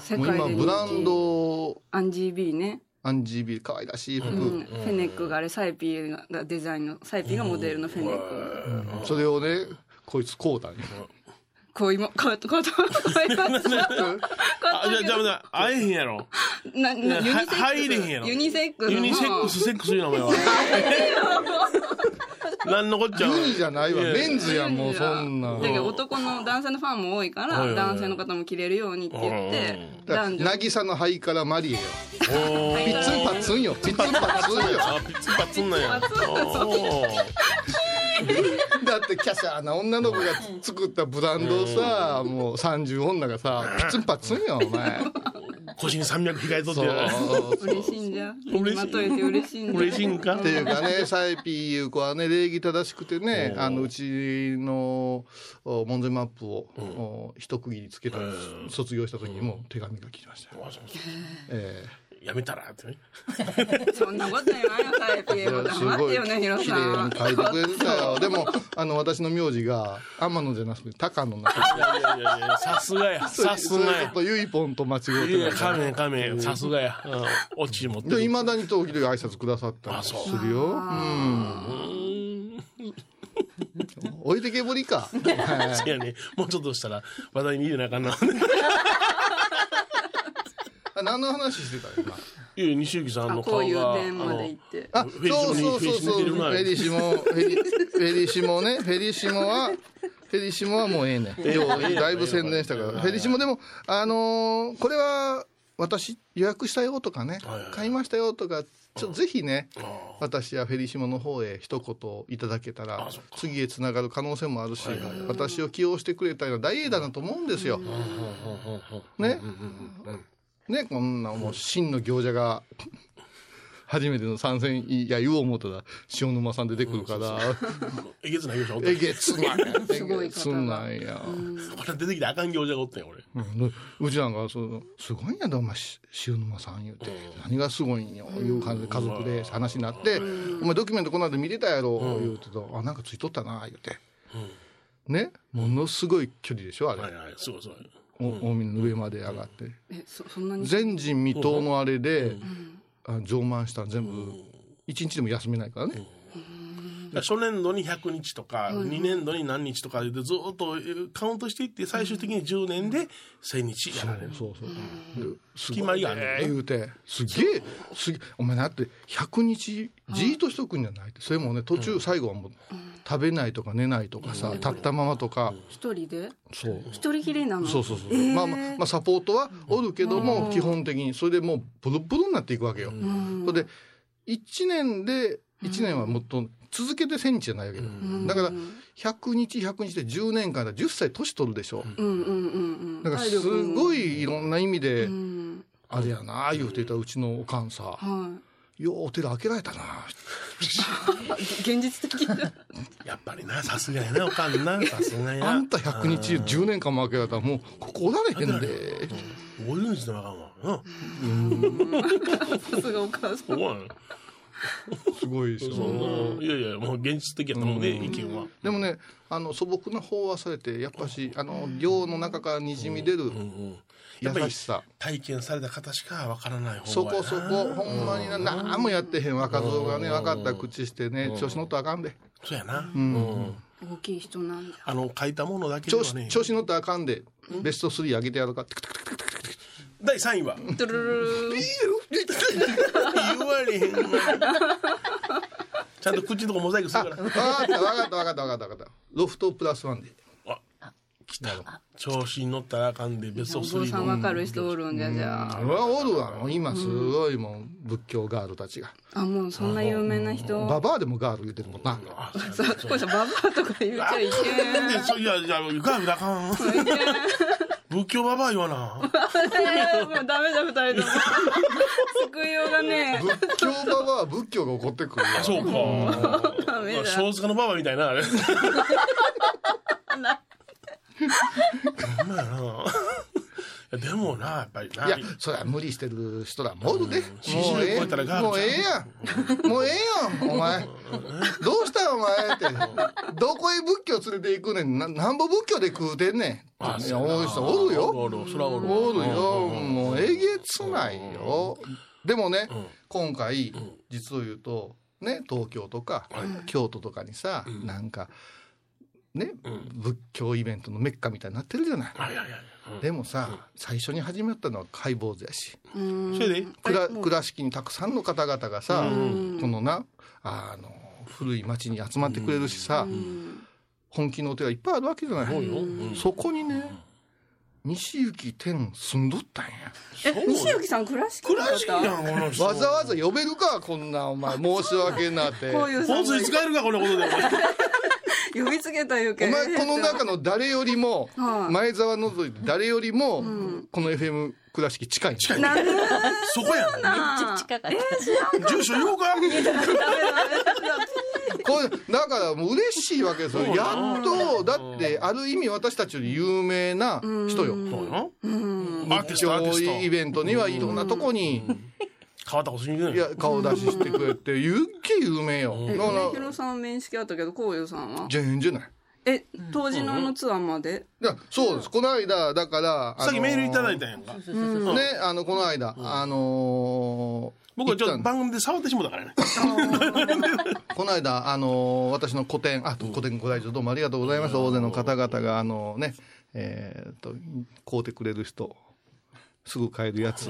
世界で今人気ブランド、アンジー・ビーね。アンジービー、可愛らしい服、うん。フェネックがあれ、サイピーがデザインの、サイピーがモデルのフェネック。それをね、こいつこうだね。こう今、こうやって、こうやって、こうやって、こうやってあじゃあじゃあじゃあ会えへんやろななユニセックス。入れへんやろユニセックスの。ユニセックスセックスいう名前は 何のこっちゃ。ユニじゃないわ。ええレンズやんもうそんなだ。けど男の男性のファンも多いかはいはらいはい男性の方も着れるようにって言ってだから男女渚の灰からマリエよ。おーピッツンパッツンよ。ピッツンパッツンよ。あピッツンパッツンなんや。おーだってキャシャーな女の子が作ったブランドをさ、もう30女が さ、ピッツンパッツンよ、お前。腰に三脈控えとっそてう。や。嬉しいんじゃ嬉しいまとえて嬉しいんじゃ嬉しいんかっ。ていうかね、 サイピーいう子はね、礼儀正しくてね、あの、うちの、お門前マップを、お一区切りつけた、卒業した時にも手紙が来ましたよ。えやめたらってね。そんなことないわよタイプえいやす黙っごてい、よねヒロ綺さ麗んに書いてくれてたよ。でも、あの、私の名字が、天野じゃなくて、高野になっていやいやいやいや、さすがや。さすそれがちょっや。とユイポンと間違えいてやないや、かカら。メカメ、さすがや。うんオチ持ってで、る。いまだに時々挨拶くださったありすそうるよ。うん。うーん。置いてけぼり か。せやね。もうちょっとしたら話題に入れなあかんな。 あ何の話してたよ、いや、西行さんあのこ顔ういうが。点まで行って今。あ、フェリシモそうにそうそうそう。フフェェリリシモ、フェリ、フェリシモね。フェリシモは、フェリシモはもうええねん。ええようええだいぶ宣伝したかええら。フェリシモでも、あのーこれは、私予約したよとかねはいはい、買いましたよとか、ちょぜひね、あの私やフェリシモの方へ一言いただけたらあそっか次へつながる可能性もあるし、私を起用してくれたら大英だなと思うんですよ。ねねこんなもう真の行者が初めての参戦いや言おう思ったら塩沼さん出てくるから、えげつない業者おったえげつないすごい方がえげつないや、これ出てきたらあかん業者がおったんや、俺。うんうちなんかそうすごいんやでお前し塩沼さん言うて、何がすごいんよいう感じで家族で話になって「お前ドキュメントこの間見てたやろ」言うてと「あなんかついとったな」言うて、ねものすごい距離でしょあれ、はいはい、すごいすごい。お近江の上まで上がって、えそそんなに全人未到のあれで、あ上満したん全部一日でも休めないからね、初年度に100日とか、2年度に何日とかでずっとえーカウントしていって、最終的に10年で1000日やられる。そうそう。です決まりがあるんだええ言うて、すげえ、すげえ、お前だって100日じーっとしとくんじゃないって、それもね、途中最後はもう食べないとか寝ないとかさ、立ったままとか、一人でそう。一人きりなのそうそうそう。まあまあ、まあ、サポートはおるけども、基本的に、それでもうボロボロになっていくわけよ。それで、1年で、1年はもっと続けて1000日じゃないわけよ。だから、100日100日で10年間だ、10歳年取るでしょ。うんうんうんうだんから体す力もごいいろんな意味でう、んあれやなあ言うてたうちのおかんさは「ようお寺開けられたな」いあ現実的だやっぱりな、さすがやな、おかん な、さすがや。あんた100日10年間も開けられたらもうここおられへんで50日でもあかんわ。うさすがお母さんん。おいすごいですそよんな、いやいや、もう現実的やと思うね、意見は。でもねあの素朴な法はされてやっぱしあの行の中からにじみ出る優しさ体験された方しかわからない方そがやこなそこほんまにな何もやってへん若造がね分かった口してね調子乗ったらあかんでそうやな。うん。大きい人なんだあの、書いたものだけで調は子ね。調子乗ったらあかんでベスト3上げてやろうかって第3位は。 トゥルルルル言われへんわちゃんと口のとこモザイクすある分かかった分かった分かった分かった分かったロフトプラスワンでらあ来た調子に乗ったらあかんでベストお坊3さんのわかる人おるんじゃじゃあ俺はおるわもう今すごいもう仏教ガールたちがあもうそんな有名なバ人バアでもガール言うてるもんなあそうやさこれさババアとか言っちゃい なんでそういやいやガールだかんけん仏教ババア言わなもうダメだ二人とも 救いようがねえ仏教ババアは仏教が怒ってくるあそうかダメだ小塚のババアみたいなあれなほんまやないやでもなやっぱりないやそりゃ無理してる人らもおるで、 40もうええ超えたらガールちゃうもうええやんもうええやんお前どうしたんお前ってどこへ仏教連れて行くねんななんぼ仏教で食うてんねんいや思う人おるよおるおるそらおるおるよ、もうえげつないよ。でもね、今回、実を言うと、ね、東京とか、京都とかにさ、なんか、ね、仏教イベントのメッカみたいになってるじゃない。いやいやでもさ、最初に始まったのは解剖図やし、それで倉倉敷にたくさんの方々がさ、このな、あの、古い町に集まってくれるしさ、本気のお寺いっぱいあるわけじゃない、そこにね西行天住んどったんやえ西行さん倉敷だ倉っ敷たやん、この人。わざわざ呼べるかこんなお前申し訳になってこういうさ香ん水使えるか、このことで。呼びつけたいうおけ前この中の誰よりもはい前澤のぞいて誰よりもこの FM 倉敷近いんだ近い。なんでそこやん。な近かった。住所言おうか。これだからもう嬉しいわけですよそうよやっとだってある意味私たちより有名な人よそうよ。うんアーティスト、アーテ上ィスト。位イベントにはいろんなとこに変わったことしにくいいや顔出ししてくれてゆっき有名よえだか梅ら広さんは面識あったけどこういうさんは全然ないえ当時のあのツアーまでいやそうですこの間だからさっきメールいただいたたやんか。そうそうそうねあのこの間あのー僕はちょっ行とったん番組で触ってしもうたからね。この間あのー私の個展あ個展ご来場どうもありがとうございました大勢の方々があのねえーっと買うてくれる人すぐ買えるや つ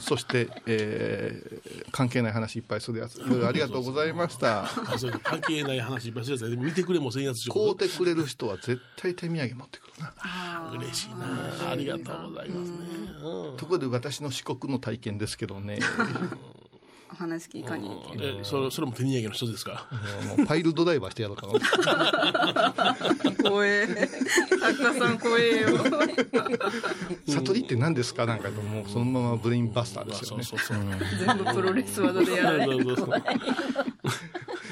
そして、えー関係ない話いっぱいするやついろいろありがとうございましたあそう関係ない話いっぱいするやつやで見てくれもせんやつし買うよてくれる人は絶対手土産持ってくるな嬉しいなありがとうございますねうんところで私の四国の体験ですけどねお話聞かに行けるえそれそれも手土産の人ですかもうパイルドライバーしてやろうかな怖え作家さん怖えよ悟りって何ですかなんかともうそのままブレインバスターですよそうねそうそう 全部プロレス技でやられそうそうそう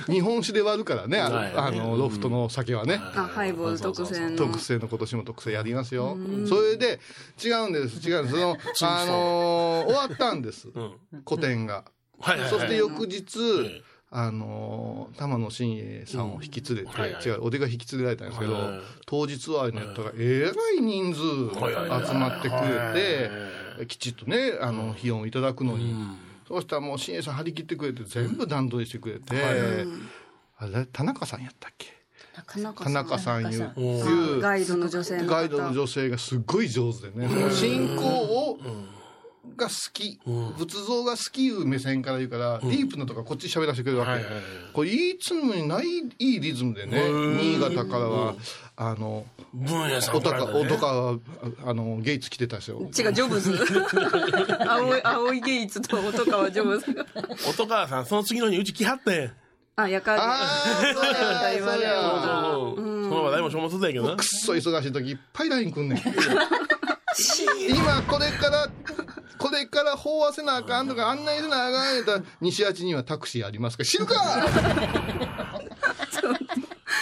日本酒で割るからねあのはいあのロフトの酒はね、あハイボール特製の特製の今年も特製やりますよ。それで、違うんです、違うんです。その、 そうあのー終わったんです。個展が。はいはいはいそして翌日、えあのー玉野伸栄さんを引き連れうんはいはて、い違う、お出が引き連れられたんですけどはいはい、当日はあのやったら、えらい人数集はいはいはいまってくれはて、きちっとね、あの、費用をいただくのうに。んそうしたらもう伸栄さん張り切ってくれて、全部段取りしてくれて、あれ、田中さんやったっけ田中田中さんいう田中んさいうガイドの女性の方ガイドの女性がすごい上手でね、信仰を、が好き、仏像が好きいう目線から言うから、ディープなとかこっち喋らせてくれるわけ、はいはいはいこれいつもにないいいリズムでね、うん新潟からは、あの、分野さんおた来か、られおたねとかは、あの、ゲイツ来てたですよ。違うジョブ ズ青い青いゲイツと音川ジョブズ音川さんその次の日にうち来はってんあやかああ、 そうや、そうや。その話題も消耗するんやけどなくっそ忙しい時いっぱい LINE くんねん。今これから、これから法わせなあかんとか案内せなあかんやったら、西八にはタクシーありますか知るか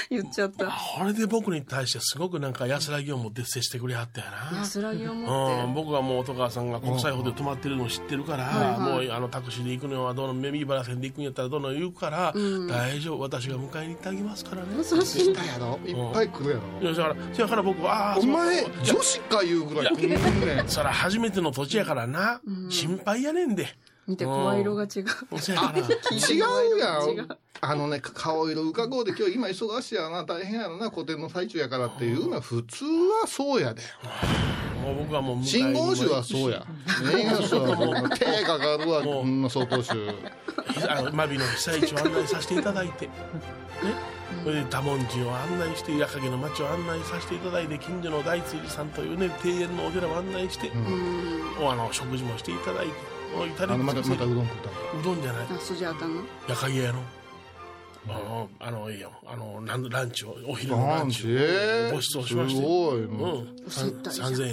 言っちゃったこれで僕に対してすごくなんか安らぎを持って接してくれはったやな安らぎを持うっん、て僕はもう音川さんが国際ホテル泊まってるのを知ってるから、はいもうあのタクシーで行くのはどのメミバラ線で行くんやったらどの言うから、大丈夫私が迎えに行ってあげますからね、優しい来たやろいっぱい来るやろいやだからそやから僕はああお前そう、女子かいうぐらい来んねん。そら初めての土地やからな、心配やねんで見て声色が違うそやから違うや。違うんあのね、顔色伺うで今日今忙しいやろな、大変やろな、個展の最中やからっていうのは普通はそうやで。もう僕はもう迎えに信号種はそうや。ねえ、そうやもう手かかるわ、もうこんな相当種。あのマビの被災地を案内させていただいて、ね、それで多文字を案内して矢掛の町を案内させていただいて近所の大通寺さんというね庭園のお寺を案内して、おあの食事もしていただいてもう至あれの、りまた、尽まくたうせりどん食ったのうどんじゃないあ筋あたの矢掛屋の。あの、あの、いいよ。あの、ランランチを、お昼のラなンんチでをご馳走しましたすよ。ごい。う。もうん接待じゃん3000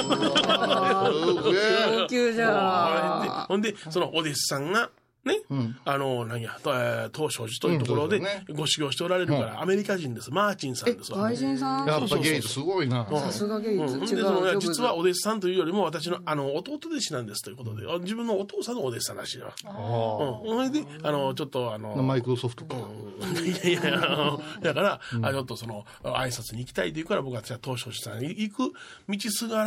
円。あすげえ 高級じゃんほんで、そのお弟子さんが、ね、あの、何や、とえー東照寺というところでうんそうですよご修行しておられるから、アメリカ人です。マーチンさんですわ。外人さんやっぱゲイツすごいな。さすがゲイうん、ツ違うジでそのョブズ実はお弟子さんというよりも私のあの弟弟子なんですということで、あ自分のお父さんのお弟子さんらしいな。あうーん、それであのちょっとあのマイクロソフトか。いやいやいや、あのだから、あちょっとその、挨拶に行きたいと言うから、僕は私は東照寺さんに行く道すが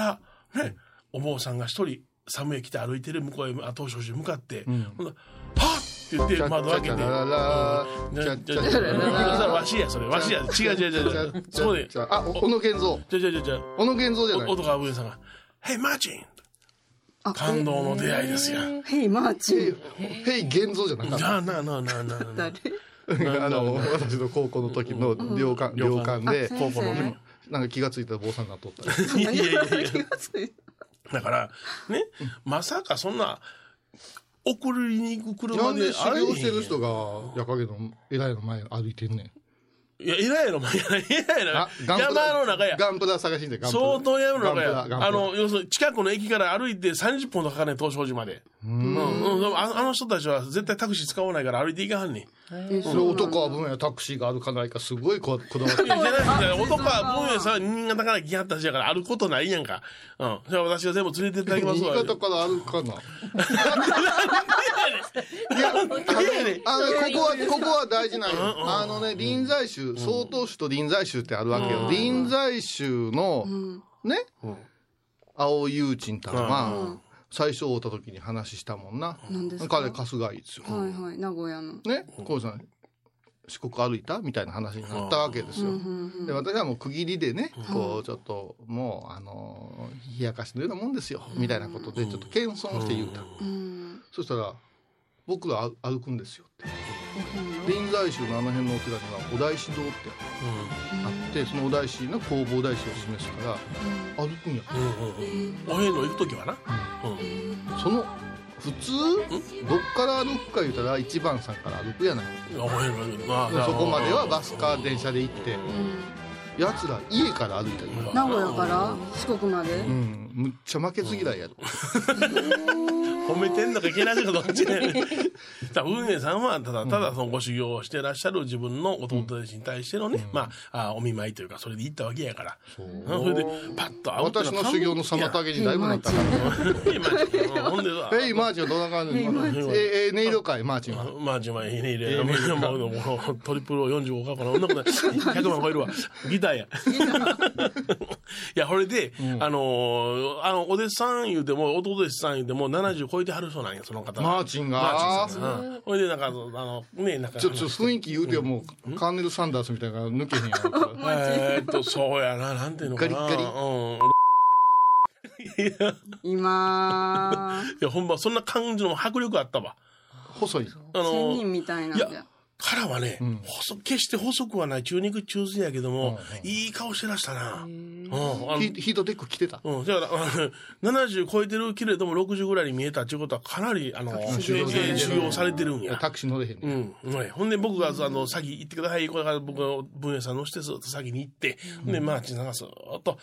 ら、ね、お坊さんが一人、寒い来て歩いてる向こうへ、あ東照寺に向かって、ほんならはっって言ってチャ窓ッ開チけャて。ラララじゃチじャッゃじチゃャラララわしや、それ。わしや。違う違う違う違う。そうで。じゃあ、あ、お小野健三。じゃじゃじゃじゃ小野健三じゃない。男が上さんが、Hey, Martin! あ感動の出会いですよ。ヘイマーチヘイン。ヘイ現像じゃなかったなあなあなあなあなあなあ誰。なあの私の高校の時の寮館寮寮館館であ高校のね。なんか気がついたら坊さんになっとった りいやいや いやいや気がついただから、ね、まさかそんな、送りに行くな車んでで修行してるあ人が矢影の偉いの前歩いてんねんれへんやん。いや、偉いの、前やない。偉いあの。山の中や。ガンプラ探しに行ってガンプラ相当山ガンの中プラガンプや。ラあの、要するに近くの駅から歩いて30分とかかんねん、東照寺まで。うん。うん。でもああの人たちは絶対タクシー使わないから歩いて行かはんねん。それ男は分野タクシーがあるかないかすごいここだわ っていやじゃなくて、男は文明さんは新潟から来はったしやから、あることないやんか。うん。じゃあ私が全部連れてっていただきます新わ。潟からあるかないやいやいやあのここはここは大事なのよあのね臨済宗曹洞宗と臨済宗ってあるわけよ臨済宗のね青友珍たらうんま最初会った時に話したもんな何ですか彼春日井ですよはいはい、名古屋の。ねこうさん四国歩いたみたいな話になったわけですよで私はもう区切りでねこうちょっともうあの冷やかしのようなもんですよみたいなことでちょっと謙遜して言うたうん。そしたら僕ら歩歩くんですよって臨済宗のあの辺のお寺にはお大師堂ってあってそのお大師の弘法大師を示すから歩くんやうんうんうん。お遍路行くときはな。うん。その普通どっから歩くか言うたら1番さんから歩くやないお遍路行くな。そこまではバスか電車で行ってやつら家から歩いたり名古屋から四国までう。んむっちゃ負けず嫌いやろ褒めてんのかいけないのかどっちやねん。だ運営 さんはただただそのご修行をしてらっしゃる自分の弟弟子に対してのね、まああお見舞いというかそれで行ったわけやから。うんそれでパッと会うってい私うはの修行の妨げにだいぶなったから いやまあほんでさ「えいマーチンはどんな感じチンえええ音色かいマーチンは」まあ、10万円ね入れる。もう、もう、トリプルを45回かな。そんなことない。100万超えるわ。ギタ ーや。いや、これで、あのー、あの、お弟子さん言うても、弟弟子さん言うても、70超えてはる人なんや、その方が。マーチンがマーチンさんうん。ほいで、なんか、あの、ね、なんか。ちょっと雰囲気言うてよもうカーネル・サンダースみたいなのが抜けへんやろこれえーっと、そうやな、なんていうのかな。ガリッガリうん。いや、い今。 や、ほんま、そんな感じの迫力あったわ。細いあのー千人みたいなんいでや。からはね、細決して細くはない中肉中背やけども、いい顔してらしたな。うん、あのヒヒートテック着てたうん、だから あの、70超えてるけれども60ぐらいに見えたっていうことはかなり、あの、修行修行されてるんや。タクシー乗れへんうねん、ねほんで僕が、あの、先行ってください。これから僕が文也さん乗せてずっと先に行って、で、マーチンさんがずっと、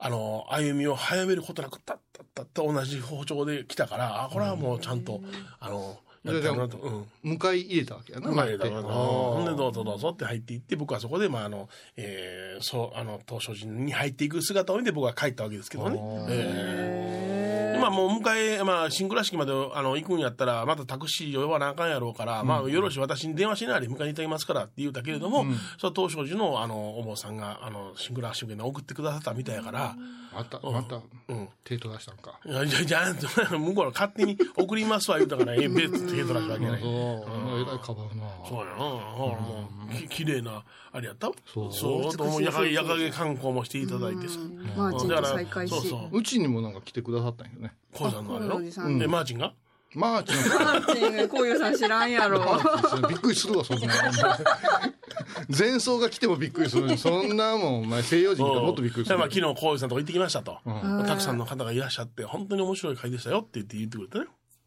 あの、歩みを早めることなく、たったったった同じ包丁で来たから、あ、これはもうちゃんと、あの、やったなと。うん。迎え入れたわけやなまあ、だから待ってほんで、どうぞどうぞって入っていって、僕はそこで、まあ、あの、えー、そう、あの、東証人に入っていく姿を見て、僕は帰ったわけですけどね。えーでまあ、もう迎え、まあ、新倉敷まで、あの、行くんやったら、またタクシー呼ばなあかんやろうから、まあ、よろしい、私に電話しないで迎えに行っていただきますからって言うたけれども、その東証寺の、あの、お坊さんが、あの、新倉敷に送ってくださったみたいやから、またまたうん。手取らしたんかいやいやじゃあ、向こうは勝手に送りますわ、言うたから、ええ、別って手取らしわけないそう。えらいかばうなそうやな。ほらもう、き綺麗な、あれやったそうそう、もうやかげ、やかげ観光もしていただいてさ。マーチンだとから再会そうしそ。う。うちにもなんか来てくださったん よねコウさんのあれあのコウさん。え、マーチンがマーチンマーチン、こういうさん知らん やろ。びっくりするわそんな前奏が来てもびっくりするのにそんなもんお前西洋人がもっとびっくりすだるからまあ昨日コウさんとこ行ってきましたと。たくさんの方がいらっしゃって、本当に面白い会でしたよって言って言ってくれてね。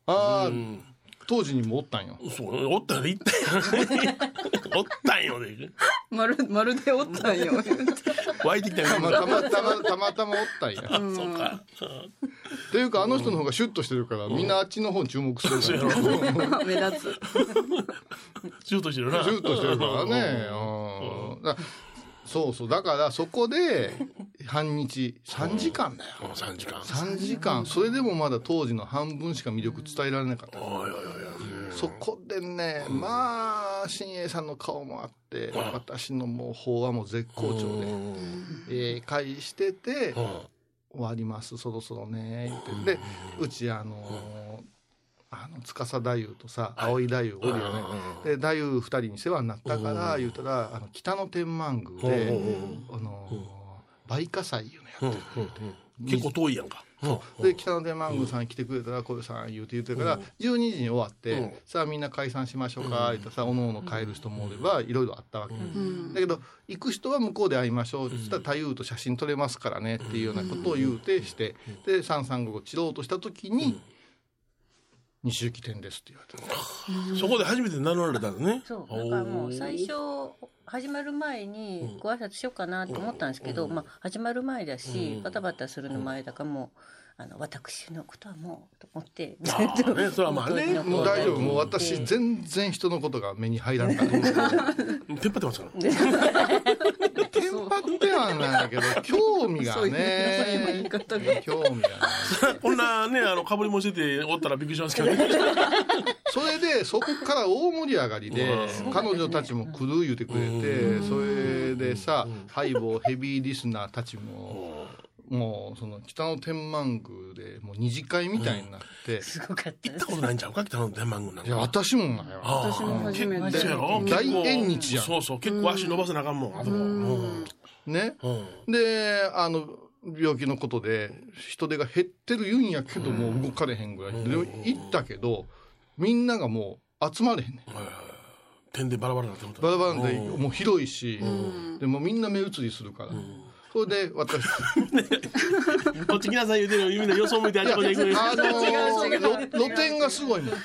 ああ当時にもおったんよそう、おったよ、行ったよ。おったんよね。まる、まるでおったんよ。湧いてきたよ。たまたまたまたまたまおったんやあそうか。っていうかあの人の方がシュッとしてるからみんなあっちの方に注目するからシュ 目立つ。シュートしてるな。ッとしてるから ねうんだそうそうだからそこで半日3時間だよもう3時間。 3時間それでもまだ当時の半分しか魅力伝えられなかったおいおいおいそこでねまあ新栄さんの顔もあって私のもう法話も絶好お調い。でえー会してて終わりますそろそろね言ってでうちあのーあの司太夫とさ葵太夫おるよねで太夫2人に世話になったから言うたらあの北の天満宮であのー梅花祭いうのやってうんうんうん結構遠いやんか。そうで北野天満宮さん来てくれたら小遊さん言うて言ってから、12時に終わって、うんさあみんな解散しましょうか、言ってさおのおの帰る人もおればいろいろあったわけ、んだけど行く人は向こうで会いましょうって言ったら太夫と写真撮れますからねっていうようなことを言うてしてで三三五五散ろうとした時に「西行き店です」って言われたそこで初めて名乗られたのね。そうだからもう最初おー。始まる前にご挨拶しようかなと思ったんですけど、まあ、始まる前だし、うんバタバタするの前だからもうあの私のことはもうと思ってあーねそれはまあねずっともう大丈夫もうう私ん全然人のことが目に入らん からテンテンパってますから。パってはないけど興味 がね興味がねこんなね、あの、かぶりもしてておったらびっくりしますけどね。それでそこから大盛り上がりでうん彼女たちも来る言うてくれてそれでさハイボーヘビーリスナーたちももうその北の天満宮でもう二次会みたいになってすごかっ行たっでたすことないんちゃうか北の天満宮なんいやか。私もなんよあー私も初めて結構やろ大縁日やん結構そうそう。結構足伸ばさなあかんもん。あとうんねうんであの病気のことで人手が減ってる言うんやけどもう動かれへんぐらいで行ったけどみんながもう集まれへんねん点でバラバラになってもうたバラバラでうんもう広いしでもうみんな目移りするからそれで私こっち来なさい言うてるのにみんな予想向いてあちこち行くあのー違う違うろ露店がすごいもん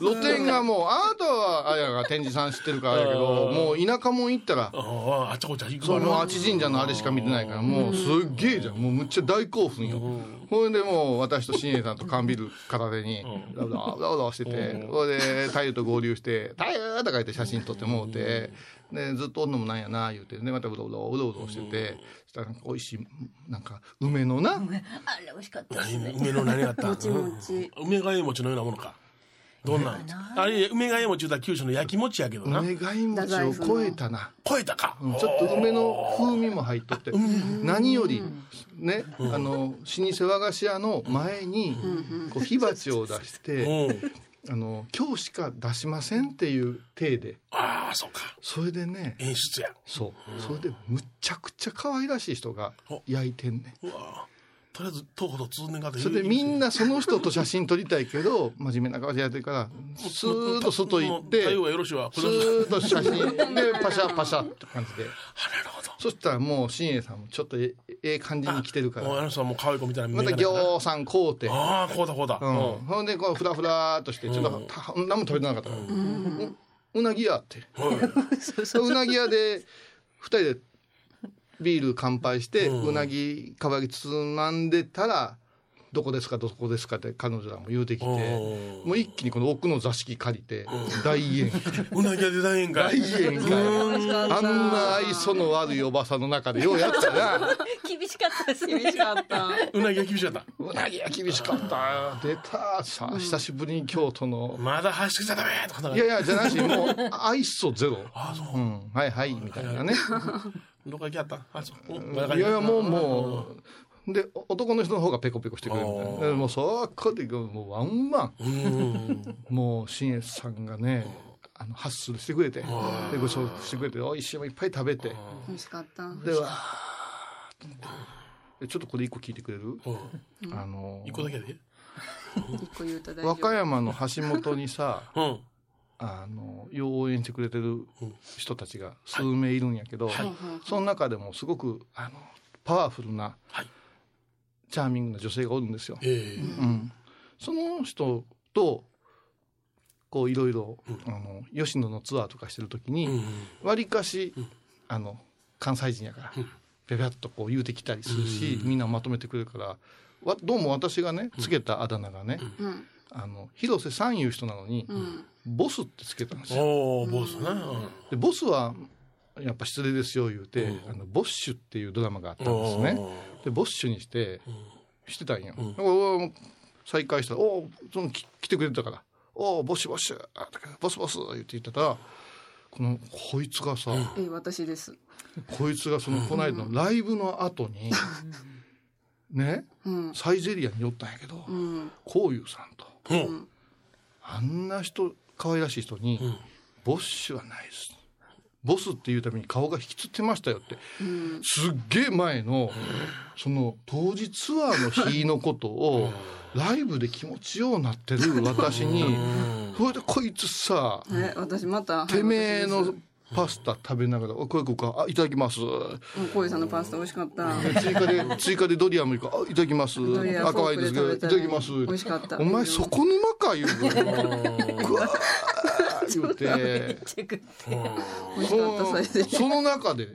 露店がもうあなたはあやが天智さん知ってるからあれやけどもう田舎もん行ったらあああちこち行くそうもうわあち神社のあれしか見てないからもうすっげえじゃんもうむっちゃ大興奮よほいでもう私と新栄さんと缶ビール片手にラブラブラブラしててほいで太夫と合流して「太夫!」とか言って写真撮ってもうてでずっとおんのもなんやな言うてでまたうろうろうろうろしててそしたらなんか美味しいなんか梅のなあれ美味しかったです何 ね梅の何があったもちもちうん梅がえ餅のようなものかどんなんあれ梅がえ餅言うたら九州の焼き餅やけどな梅がい餅を超えたな超えたかうんちょっと梅の風味も入っとって何よりねあの老舗和菓子屋の前にこう火鉢を出してうんあの今日しか出しませんっていう体でああそうかそれでね演出やそうそれでむちゃくちゃ可愛らしい人が焼いてんねうわーとりあえず徒歩と通年がそれでみんなその人と写真撮りたいけど真面目な顔でやってるからスーッと外行って対応はよろしいわこスれあーッと写真でパシャパシャって感じで。なるほどそしたらもう新栄さんもちょっとえええ感じに来てるかもうあらの人はもう可愛い子みたいなま目たがぎょうさん買うて、うああこうだこうだうんんほんでこうフラフラーっとしてちょっとた何も食べてなかったから、ううなぎ屋ってうなぎ屋で2人でビール乾杯して、うなぎかば焼きつまんでたら「どこですかどこですか」って彼女らも言うてきて、うもう一気にこの奥の座敷借りて、大宴うなぎ屋デザインが大宴会あんな愛想の悪いおばさんの中でようやったな。 厳しかった ですね厳しかったうなぎ屋厳しかったうなぎは厳しかった出たさあ久しぶりに京都の、まだ走ってきちゃダメとかなんいやかいやじゃなしもう愛想ゼロああそううんはいはいみたいなねどこ行きやったあそうおいまやだ帰いるやもうもうでお男の人の方がペコペコしてくれるみたいなあーでもうそこでもうワンワンうんもう新越さんがねあのハッスルしてくれてでごちそうしてくれておいしいもんいっぱい食べて美味しかったでわーっとでちょっとこれ一個聞いてくれるうんあの一個だけで一個言うと大丈夫和歌山の橋本にさうんあの応援してくれてる人たちが数名いるんやけど、はいその中でもすごくあのパワフルな、はいチャーミングな女性がおるんですよ。ええうん、その人とこういろいろあの吉野のツアーとかしてる時うんにわりかし、あの関西人やからペペッとこう言うてきたりするし、みんなまとめてくれるからわどうも私がねつけたあだ名がね、うんあの広瀬三遊人なのに、うんボスってつけたんですよ。おお坊主なうんでボスはやっぱ失礼ですよ言うて、あのボッシュっていうドラマがあったんですねでボッシュにして、してたんよ、だから俺はもう再会したら「おおそのき来てくれてたから「おおボッシュボッシュ」あだからボスボス」言って言ってたらこのこいつがさ、え私ですこいつがそのこの間のライブの後に、ねうんサイゼリアに寄ったんやけど、うんこういうさんとうんあんな人可愛らしい人に、んボッシュはないですボスっていうために顔が引きつってましたよって、すっげえ前のその当時ツアーの日のことをライブで気持ちようなってる私にそれでこいつさえ私またてめえはい私のでパスタ食べながら「おこれこうかあいただきます」すもうこういうさんのパスタ美味しかった追加で追加でドリアもいいかあいただきますドリア赤ワインですけどいフォークで食べたたらだきます美味しかったお前そこ沼か言う ぐわー言うてチェック美味そしかったそれのでその中で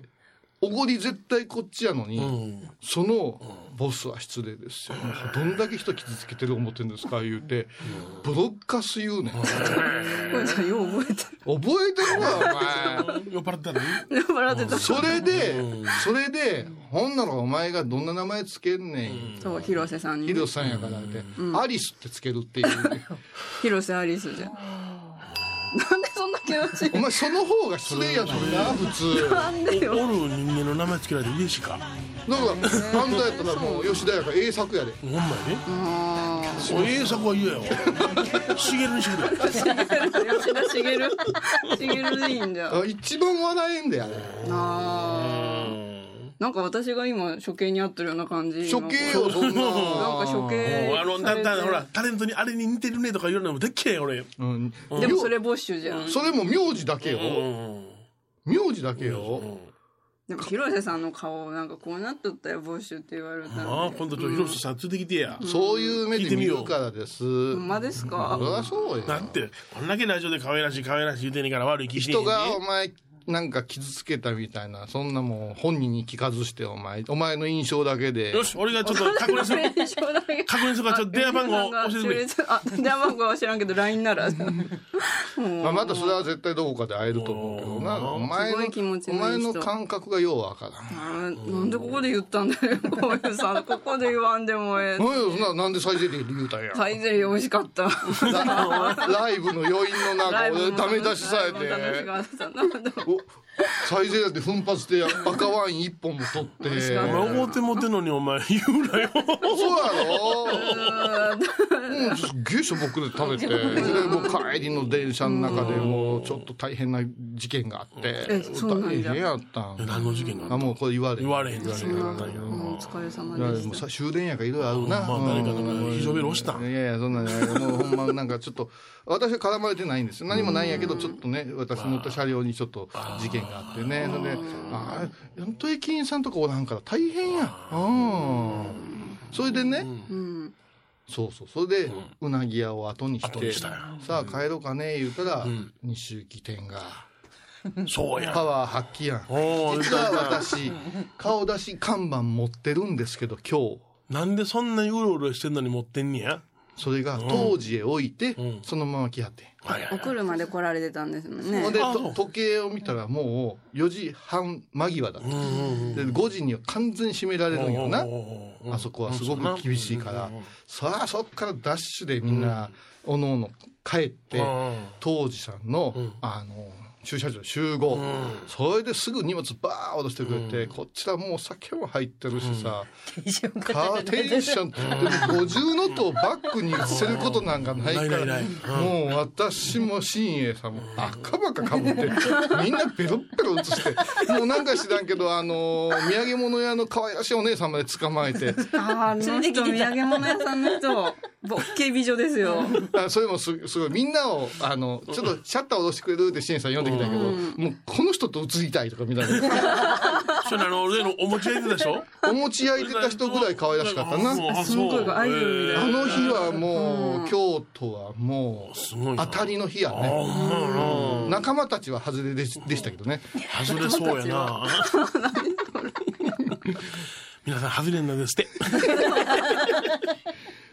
おごり絶対こっちやのに、うんそのボスは失礼ですよどんだけ人傷つけてる思ってんですか言うてブロッカス言うねんこうちゃんよう覚えて覚えてるわお前 酔っ払ったのにる笑って たそれでそれでほんならお前がどんな名前つけんねんそう広瀬さんにヒロさんやからって、アリスってつけるっていう 広瀬アリスじゃんなんでそんな気持ちいおい前その方が失礼やないな普通なんでおよる人間の名前つけられて嬉しいだかからバンドやったらもう吉田やから英作やでほんまやねおい栄作は言えよしげるにしてくれ吉田茂茂でいいんじゃんあ一番笑えんだよあれあーなんか私が今処刑に合ってるような感じ処刑をそんなんかな、処刑あのさだれてだほらタレントにあれに似てるねとか言うのもでっけえ俺うん、でもそれボッシュじゃんそれも名字だけようん名字だけよでも広瀬さんの顔なんかこうなっとったよボッシュって言われたんでああ今度ちょっと広瀬さんついてきてやそういう目で見るからですほんまですか そりゃそうよだってこんだけラジオで可愛らしい可愛らしい言うてんねえから悪い気してへん人ねがお前なんか傷つけたみたいなそんなもう本人に聞かずしてお前お前の印象だけでよし俺がちょっと確認する確確認するからちょっと電話番号教えてくれあ電話番号は知らんけど LINE ならまあ、またそれは絶対どこかで会えると思うけどなお前すごい気持のちおのい前い人の感覚がようわからんあーなんでここで言ったんだよこういうさんここで言わんでもええ何よそんななんで最前で言うたんやサイゼリー美味しか ったラライブの余韻のラ中イブ俺もダメ出しされライブもて楽しかったなんでお最前だって奮発で赤ワイン一本も取ってそうおや前ろ思ってもてんのにお前言う なようんすっげえしょぼくで食べてでもう帰りの電車の中でもうちょっと大変な事件があってえそうなん大だ変やったん何の事件なあのもうこれ言われ言われへん言わしれへ言んわれたんやうんお疲れ様でもうしたさ終電やからいろいろあるな、まあ誰かなんか非常ベル押したんいやいやそんなんじゃないもうほんまなんかちょっと私は絡まれてないんですよ何もないんやけどちょっとね私乗った車両にちょっと事件があってねそれでああ本当駅員さんとかおらんから大変やうんそれでねうんそうそうそれでうなぎ屋を後にし後にてしたんやさあ帰ろうかね言うたら西行き店がそうやパワー発揮やんおー実は私顔出し看板持ってるんですけど今日なんでそんなにうろうろしてんのに持ってんねやそれが当時へ置いて、うんそのまま来やって。はいはいお車で来られてたんですもんねほんで、あとそう時計を見たらもう4時半間際だった。うんうんうんで、5時には完全に閉められるんよな。うんあそこはすごく厳しいから。さあ、そっからダッシュでみんな、おのおの帰って、うん当時さんの、うんあの、駐車場集合。んそれですぐ荷物バーッ落としてくれて、こっちらもうお酒も入ってるしさ、カーテンションって五重の塔をバックに移せることなんかないないかないならいもう私も新栄さんも赤ばかかぶってみんなベロッベロ映してもうなんか知らんけどあのー土産物屋の可愛らしいお姉さんまで捕まえてあー あの人土産物屋さんの 人ボッケ美女ですよあそれもすすごいみんなをあのちょっとシャッターを下ろしてくれるって新栄さん呼んできたけどもうこの人と映りたいとかみたいなそれあの例のお持ち上げてたでしょお餅焼いてた人ぐらい可愛らしかったな。あすごいアイドルみたいなあの日はもう京都はもうごいな当たりの日やね。ほんまやな仲間たちは外れで しでしたけどね。外れそうやな皆さん外れんのですって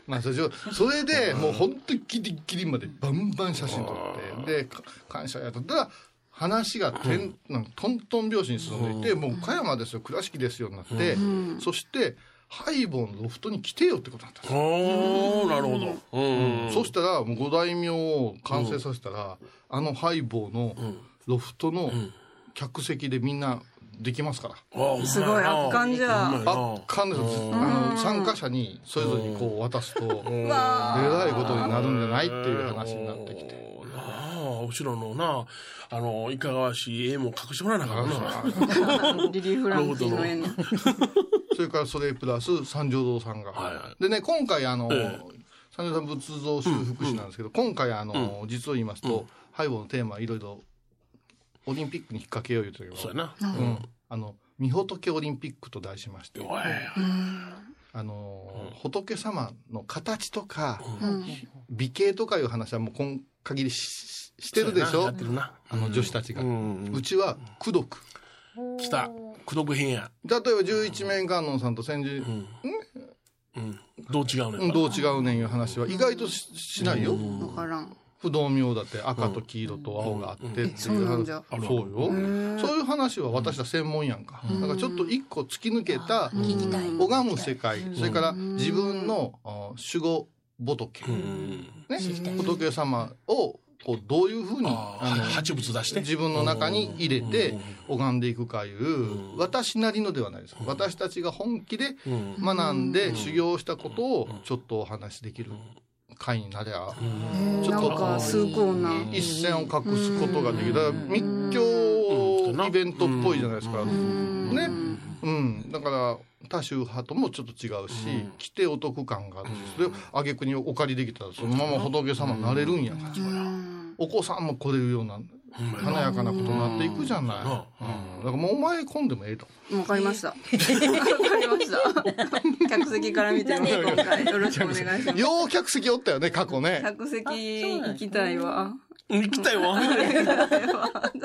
まあ、それじゃそれで、もう本当にギリギリまでバンバン写真撮って、で、か感謝やとったら、話がてん、なんかトントン拍子に進んでいて、もう岡山ですよ、倉敷ですよになって、そして、ハイボーのロフトに来てよってことになったんですよおーなるほどうんそしたら、もう五大名を完成させたら、あのハイボーのロフトの客席でみんなできますから。あほんまやなすごい圧巻じゃんほんまやなあかんですよあの参加者にそれぞれにこう渡すとえわらいことになるんじゃないっていう話になってきてあ後ろのな、あの、いかがわしい絵も隠してもらわなあかったな。リリー・フランキーの絵の。それからそれプラス三条堂さんが。はいはでね、今回あの、え三条堂さん仏像修復師なんですけど、今回あの、実を言いますと、ハイボーのテーマいろいろ、オリンピックに引っ掛けよう言うてるけそうど、やな。うん。あの、御仏オリンピックと題しまして、おいあの、仏様の形とか、うん美形とかいう話はもう今限りししてるでしそうやなやょってるな。あの女子たちが。う。うんちは、功徳。来た。苦毒編や。例えば十一面観音さんと千住、うん。うん。どう違ううねんん。どう違うねんいう話は意外とししないよ。わからん。不動明だって赤と黄色と青があってっていう話、うんうんえそうなんじゃそうよそういう話は私ら専門やんか、だからちょっと一個突き抜けた聞きたい拝む世界、それから自分のあ守護仏、うん。ね知りたい、仏様をこうどういうふうにああ、あの八物出して。自分の中に入れてうん拝んでいくかいう私なりのではないです私たちが本気でうん。学んで修行したことをちょっとお話しできる会になりゃえーちょなっとんか、崇高な。一線を隠すことができるだから密教イベントっぽいじゃないですかねうんだから他宗派ともちょっと違うし来てお得感があるしそれを挙句にお借りできたらそのまま仏様になれるんやからそりゃお子さんも来れるような華やかなことになっていくじゃない、うんだからもうお前混んでもええとわかりました。わかりま した。客席から見ても今回よろしくお願いします。よう客席おったよね過去ね客席行きたいわ。行きたいわ。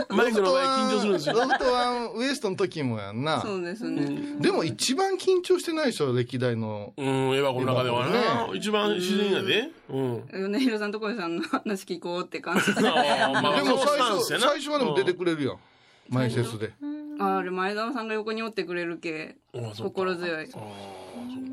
マイクの前緊張するんですよ。ロフトワンウエストの時もやんなそうですね。でも一番緊張してないでしょ歴代のうん、エヴァこの中ではな。一番自然やで。うん。米広さんと小西さんの話聞こうって感じ。ああまあでも最そうなんですよ初な最初はでも出てくれるやん前説であれ、前澤さんが横におってくれるけ、うんあそうか心強い。ああそうだ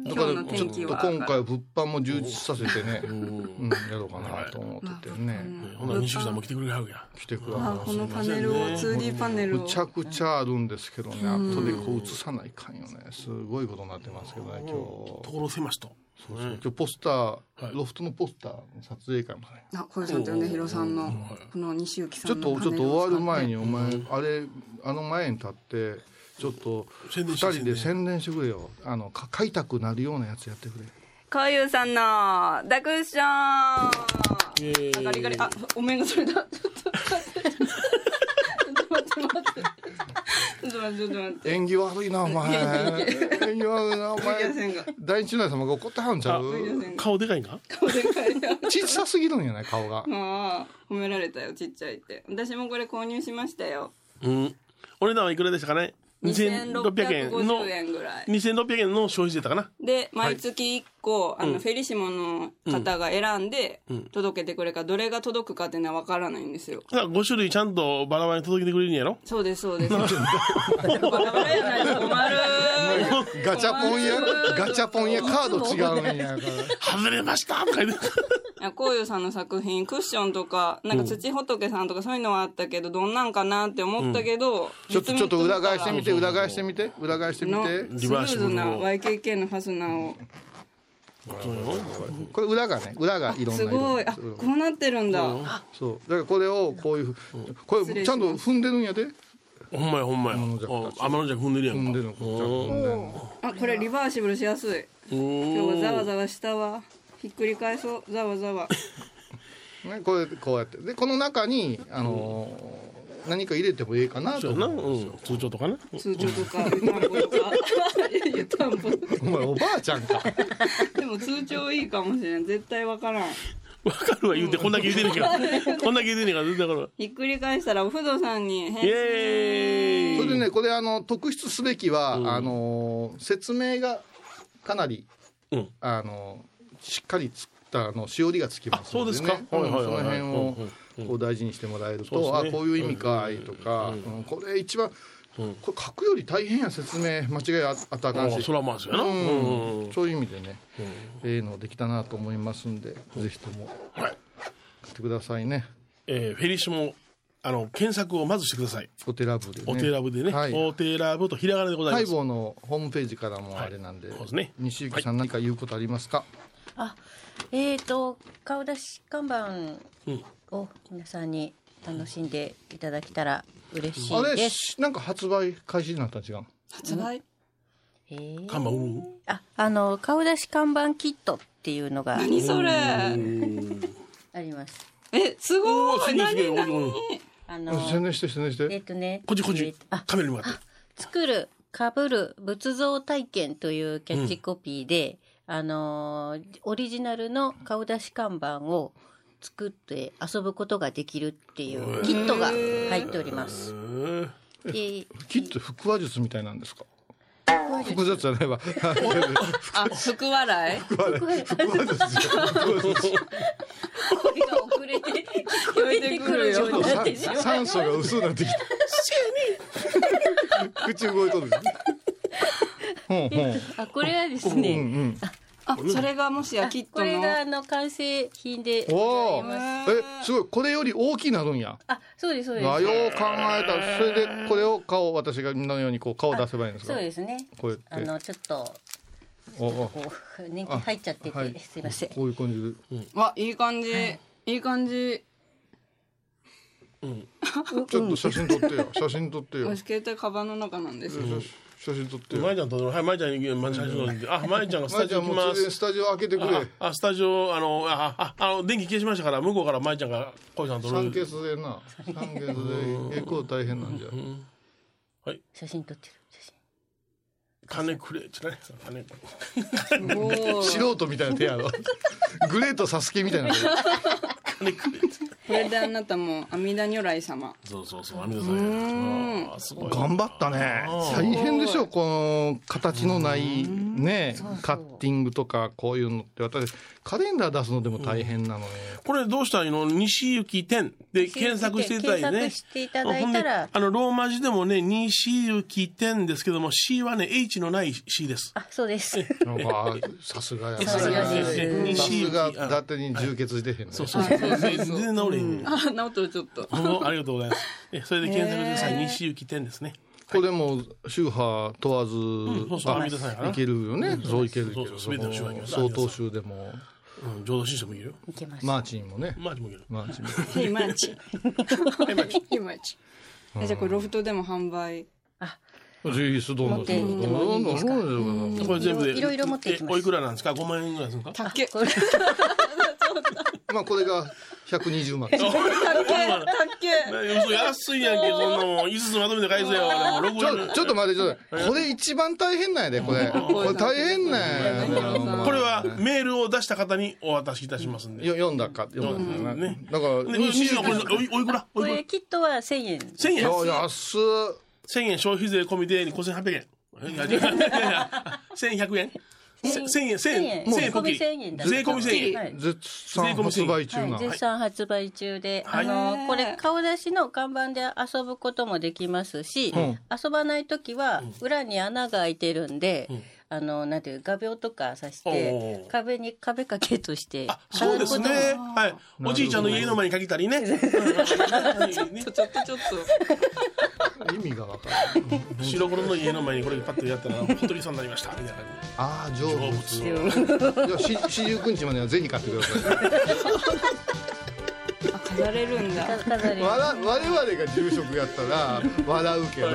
今か日らのちょ天っ気とは。今回は物販も充実させてね、うんうん、やろうかなと思っててね、ほんなら西口さんも来てくれはるや来てくだあさこのパネルを、2D パネいルをむ。ちゃくちゃあるんですけどね後でこう映さないかんよねすごいことになってますけどね今日ん。ところ狭しと。そうそう今日ポスター、ロフトのポスターの撮影会もね、あ、小西さんと米広さんの、この西行さちょっんのとパちょっネとルを使終わってる前にお前、あれあの前に立ってちょっと宣二伝して人で宣伝してくれよあのか買いたくなるようなやつやってくれこういうさんのダクッションあイエーイガリガリあお面が取れたちょっと待ってちょっと待ってちょっと待って縁起悪いな お前縁起悪いなお前せんが第一内様が怒ってはるんちゃう顔でかいんかおでかいな小さすぎるんやない 顔がああ褒められたよちっちゃいって私もこれ購入しましたようん。お値段はいくらでしたかね ?2600 円の2650、円ぐらい2600円の消費税だったかなで毎月1個、あのフェリシモの方が選んで届けてくれるからどれが届くかっていうのは分からないんですよだから ?5 種類ちゃんとバラバラに届けてくれるんやろそうですそうですバラバラやないと困るガチャポンやガチャポン やカード違うんやから外れましたとか 言って。いやこういうさんの作品クッションとかなんか土仏さんとかそういうのはあったけどどんなんかなって思ったけど、ちょっとちょっと裏返してみてそうそうそう裏返してみて裏返してみのてスムーズな YKK のファスナーをそうよこれ裏がね裏がいろんなす色ごいあこうなってるんだそうだからこれをこういうふうこれちゃんと踏んでるんやでほんまやほんまや。天の邪鬼たちあ天のじゃ踏んでるや踏んんでか。るのこっちは踏んでるのあこれリバーシブルしやすい今日はざわざわしたわひっくり返そうざわざわね、これこうやってでこの中に、あのー何か入れてもいいかなとそうやな。思ううん。通帳とかね。通帳とか湯たんぽと か湯たんぽとかお前おばあちゃんかでも通帳いいかもしれん絶対分からんわかるわ言うて、こんだけ言うてる から。こんだけ言うてるから、だから。ひっくり返したらお不動さんにイ返エーイそれでねこれあの特筆すべきは、あのー説明がかなり、うんあのーしっかりつったあのしおりがつきますので、ね、あそうですかはいはいはいはいうんその辺をこう大事にしてもらえると、そうですねあこういう意味かいとか、うんこれ一番これ書くより大変や説明間違いああったらあかんあしそらまあそうやな。うん。うんそういう意味でね、ええのできたなと思いますんで、ぜひともは買っい。てくださいね。えーフェリシモ、あの、検索をまずしてください。お寺部でね。お寺部でね。はい。お寺部とひらがなでござい待ます。望のホームページからもあれなんで、そうですね西行さん何か言うことありますか、あえーと顔出し看板うんを皆さんに楽しんでいただけたら嬉しあいれです。なんか発売開始になったん違うの発売えー看板売るあ、あの顔出し看板キットっていうのが何それ あります。えすおごおすいげえす何げえおい何おいあの宣伝して宣伝してえっとね、こっちこっえちっとあカメラに向かって作る、かぶる、仏像体験というキャッチコピーで、あのーオリジナルの顔出し看板を作って遊ぶことができるっていうキットが入っております。で、キッズ腹話術みたいなんですか腹話術じゃないわあ福笑い僕は腹話術じゃない腹話術声が遅れて聞こえてくるようになってしまう。酸素が薄くな ってきた口動いとるほんほんあ、これはですね、うんうんあそれがもしやキッこトれがのあの完成品でおございおます。えすごいこれより大きなるんやあ、そうですそうあで。よう考えたそれでこれを顔私がみんなのようにこう顔出せばいいんですすかそうですね。こうやってあのちょっとおおこう年季入っちゃってて、はいすいません。こういう感じでわいい感じいい感じちょっと写真撮ってよ写真撮ってよ私携帯カバンの中なんですよ写真撮ってまよいちゃんとはいまいちゃんにまいちゃんにあまいちゃんがスまタいちジゃオん来もうまついでにすスタジオ開けてくあれあスタジオあのあああの電気消しましたから向こうからまいちゃんがこうちゃんと三ケツでな三ケツで結構大変なんじゃ写真撮ってる写真。金くれって何金くれおー素人みたいな手や ろグレートサスケみたいな手金くれってこれであなたも阿弥陀如来様そうそうそうあみださんあーすごい頑張ったね大変でしょこの形のないねカッティングとかこういうのって私カレンダー出すのでも大変なのねこれどうしたらいいの西行天で検索していただいてね。検索していただいたらほんであの、ローマ字でもね、西行天ですけども、C はね、H のない C です。あ、そ うです。なんかさすがやさすがですさ西す行が伊あ達に充血してへんねそうそう そう。全然治れへんね。あ 直人ちょっとどうもありがとうございます。えそれで検索してください。西行天ですね。これも宗派問わず、そうそうあアミダさんやからいけるよね、そういけるいけそうるそう全ての宗派に総統宗でもうん、浄土真宗もいるよ。い けます。マーチンもねマーチもいる。マーチンもヘイマッチヘイマッチヘイマッチえじゃあこれロフトでも販売ジュースどんどんどんどんどんどんどんどんこれ全部で。いろいろ持っていきますえおいくらなんですか ?5 万円ぐらいするんですかたっけたっこれまあこれが120万けたっけ嘘安いやんけ、そんなもん。5つまとめて返せよ。俺もち6ょちょっと待ってちょっと待ってこれ一番大変なんやでこれこれ大変なんやでこれはメールを出した方にお渡しいたしますんで。よ読んだか読んだかなねだからうでん西行これおいおいくらおこいくられキットは千円。 1000円いや安っ1000円消費税込みで5800円。いや違う1100円1000円、1000円、 1000円ぽっきり税込み1000円だ税込み1000円。はい絶賛発売中は、ない絶賛発売中で、はいあへーのこれ顔出しの看板で遊ぶこともできますし、ん遊ばない時は裏に穴が開いてるんで、あのなんていう画鋲とか刺しおうおてう壁に壁掛けとしてあ、そうですね。はい。おじいちゃんの家の前にかけたり ね。ちょっとちょっと意味がわからない白黒の家の前にこれパッとやったら、ほとりさんになりました。みたいな感ああ成じ。動仏物を。いやし49日まではぜひ買ってくださいあ飾れるんだか飾りわら我々が住職やったら笑うけど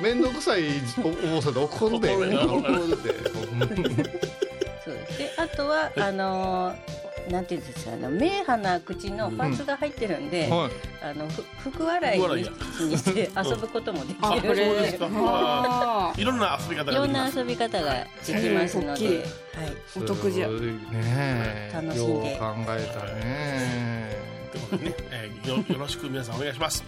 面倒くさいお坊さんで怒るで怒るな怒るでそうですであとはあのーなんていうんですかあの目鼻口のパーツが入ってるんで、はいあのふ福笑い福笑いににして遊ぶこともであきこるのれで、ですかあいろんな遊び方 いがろできんまなす。遊び方ができますのへーで、はい、お得じゃそういうねえ楽しようん考でえたねということでね、えーよよろしく皆さんお願いします。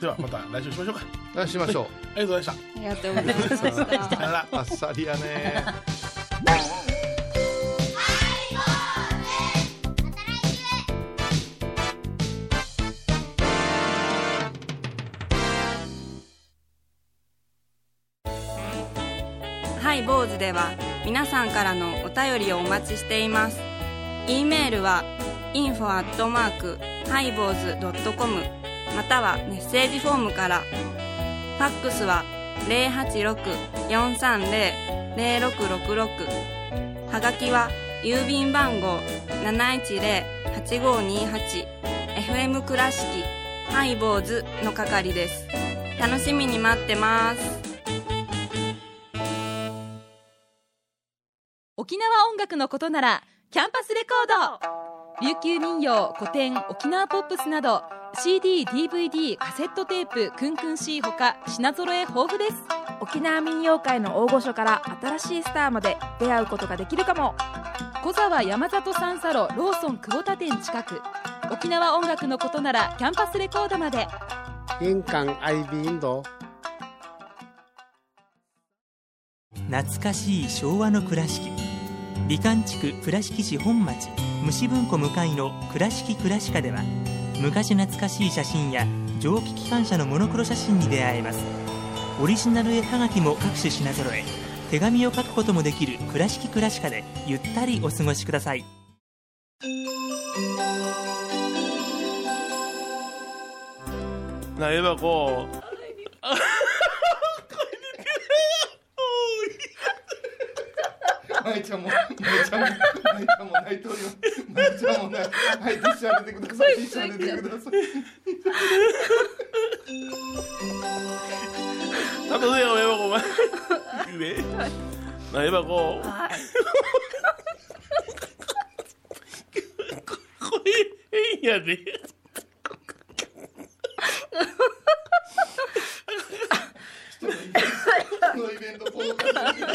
ではまた来週しましょうか。出しましょありがとうございました。ーありがとうございま したさよなら。うあっさりやねハイボーズでは皆さんからのお便りをお待ちしています。e メールは info アットマークハイボーズドットコムまたはメッセージフォームから。ファックスは086-430-0666はがきは郵便番号710-8528 FM 倉敷ハイボーズの係です楽しみに待ってます沖縄音楽のことならキャンパスレコード琉球民謡古典沖縄ポップスなど CDDVD カセットテープクンクン C ほか品揃え豊富です沖縄民謡界の大御所から新しいスターまで出会うことができるかも小沢山里三佐路ローソン久保田店近く沖縄音楽のことならキャンパスレコードまで玄関アイビーンド懐かしい昭和の倉敷美観地区倉敷市本町虫文庫向かいの「倉敷倉歯科」では昔懐かしい写真や蒸気機関車のモノクロ写真に出会えますオリジナル絵はがきも各種品揃え手紙を書くこともできる「倉敷倉歯科」でゆったりお過ごしくださいなえばこう舞ちゃんも、舞ちゃんも、舞ちゃんも泣いております。舞ちゃんも泣いはい、ティッシュあげてください。ティッシュあげてください。たとえよえば こお前ねなえばこうこれ変やでこのイベント、この感じで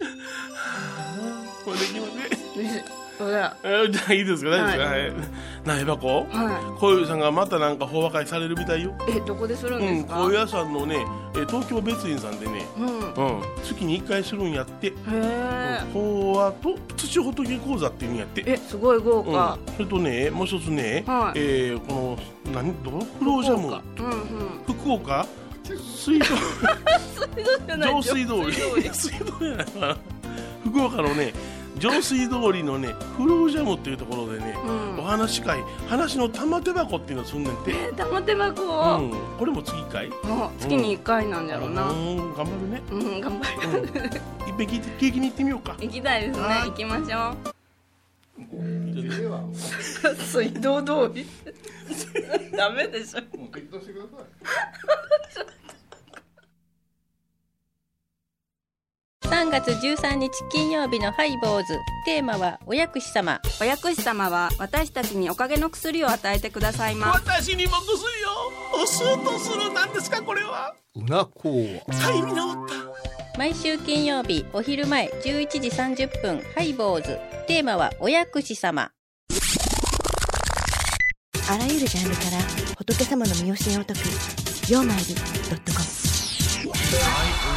これできませんそうだえーじゃあいいですか大丈夫ですかははい苗箱はこういうさんがまたなんか法和会されるみたいよいえどこでするんうでんすか、こううんいう屋さんのねえー東京別院さんでねうん月に1回するんやってへえ、法和と土仏講座っていうんやってえすごい豪うん華、それとねもう一つねはいえーこの何どのフロージャムうんうん福岡水道上水通り水道じゃないわ 福岡のね上水通りのねフロージャムっていうところでねうんお話し会話の玉手箱っていうのをすんねんて、え 玉手箱うを、ん、これも次回もう月に1回なんだろうな、ううんん頑張るね、頑張る、うん、いっぺん聞いて聞きに行ってみようか行きたいですねはい行きましょでは、もう水道通り ダメでしょう適当してください。 3月13日金曜日のハイボーズテーマはお薬師様お薬師様は私たちにおかげの薬を与えてくださいます私にも薬をおスーとするなんですかこれはうなこうは。タイミがおった毎週金曜日お昼前11時30分ハイボーズテーマはお薬師様あらゆるジャンルから仏様の身教えを解く「曜マイルドットコム」お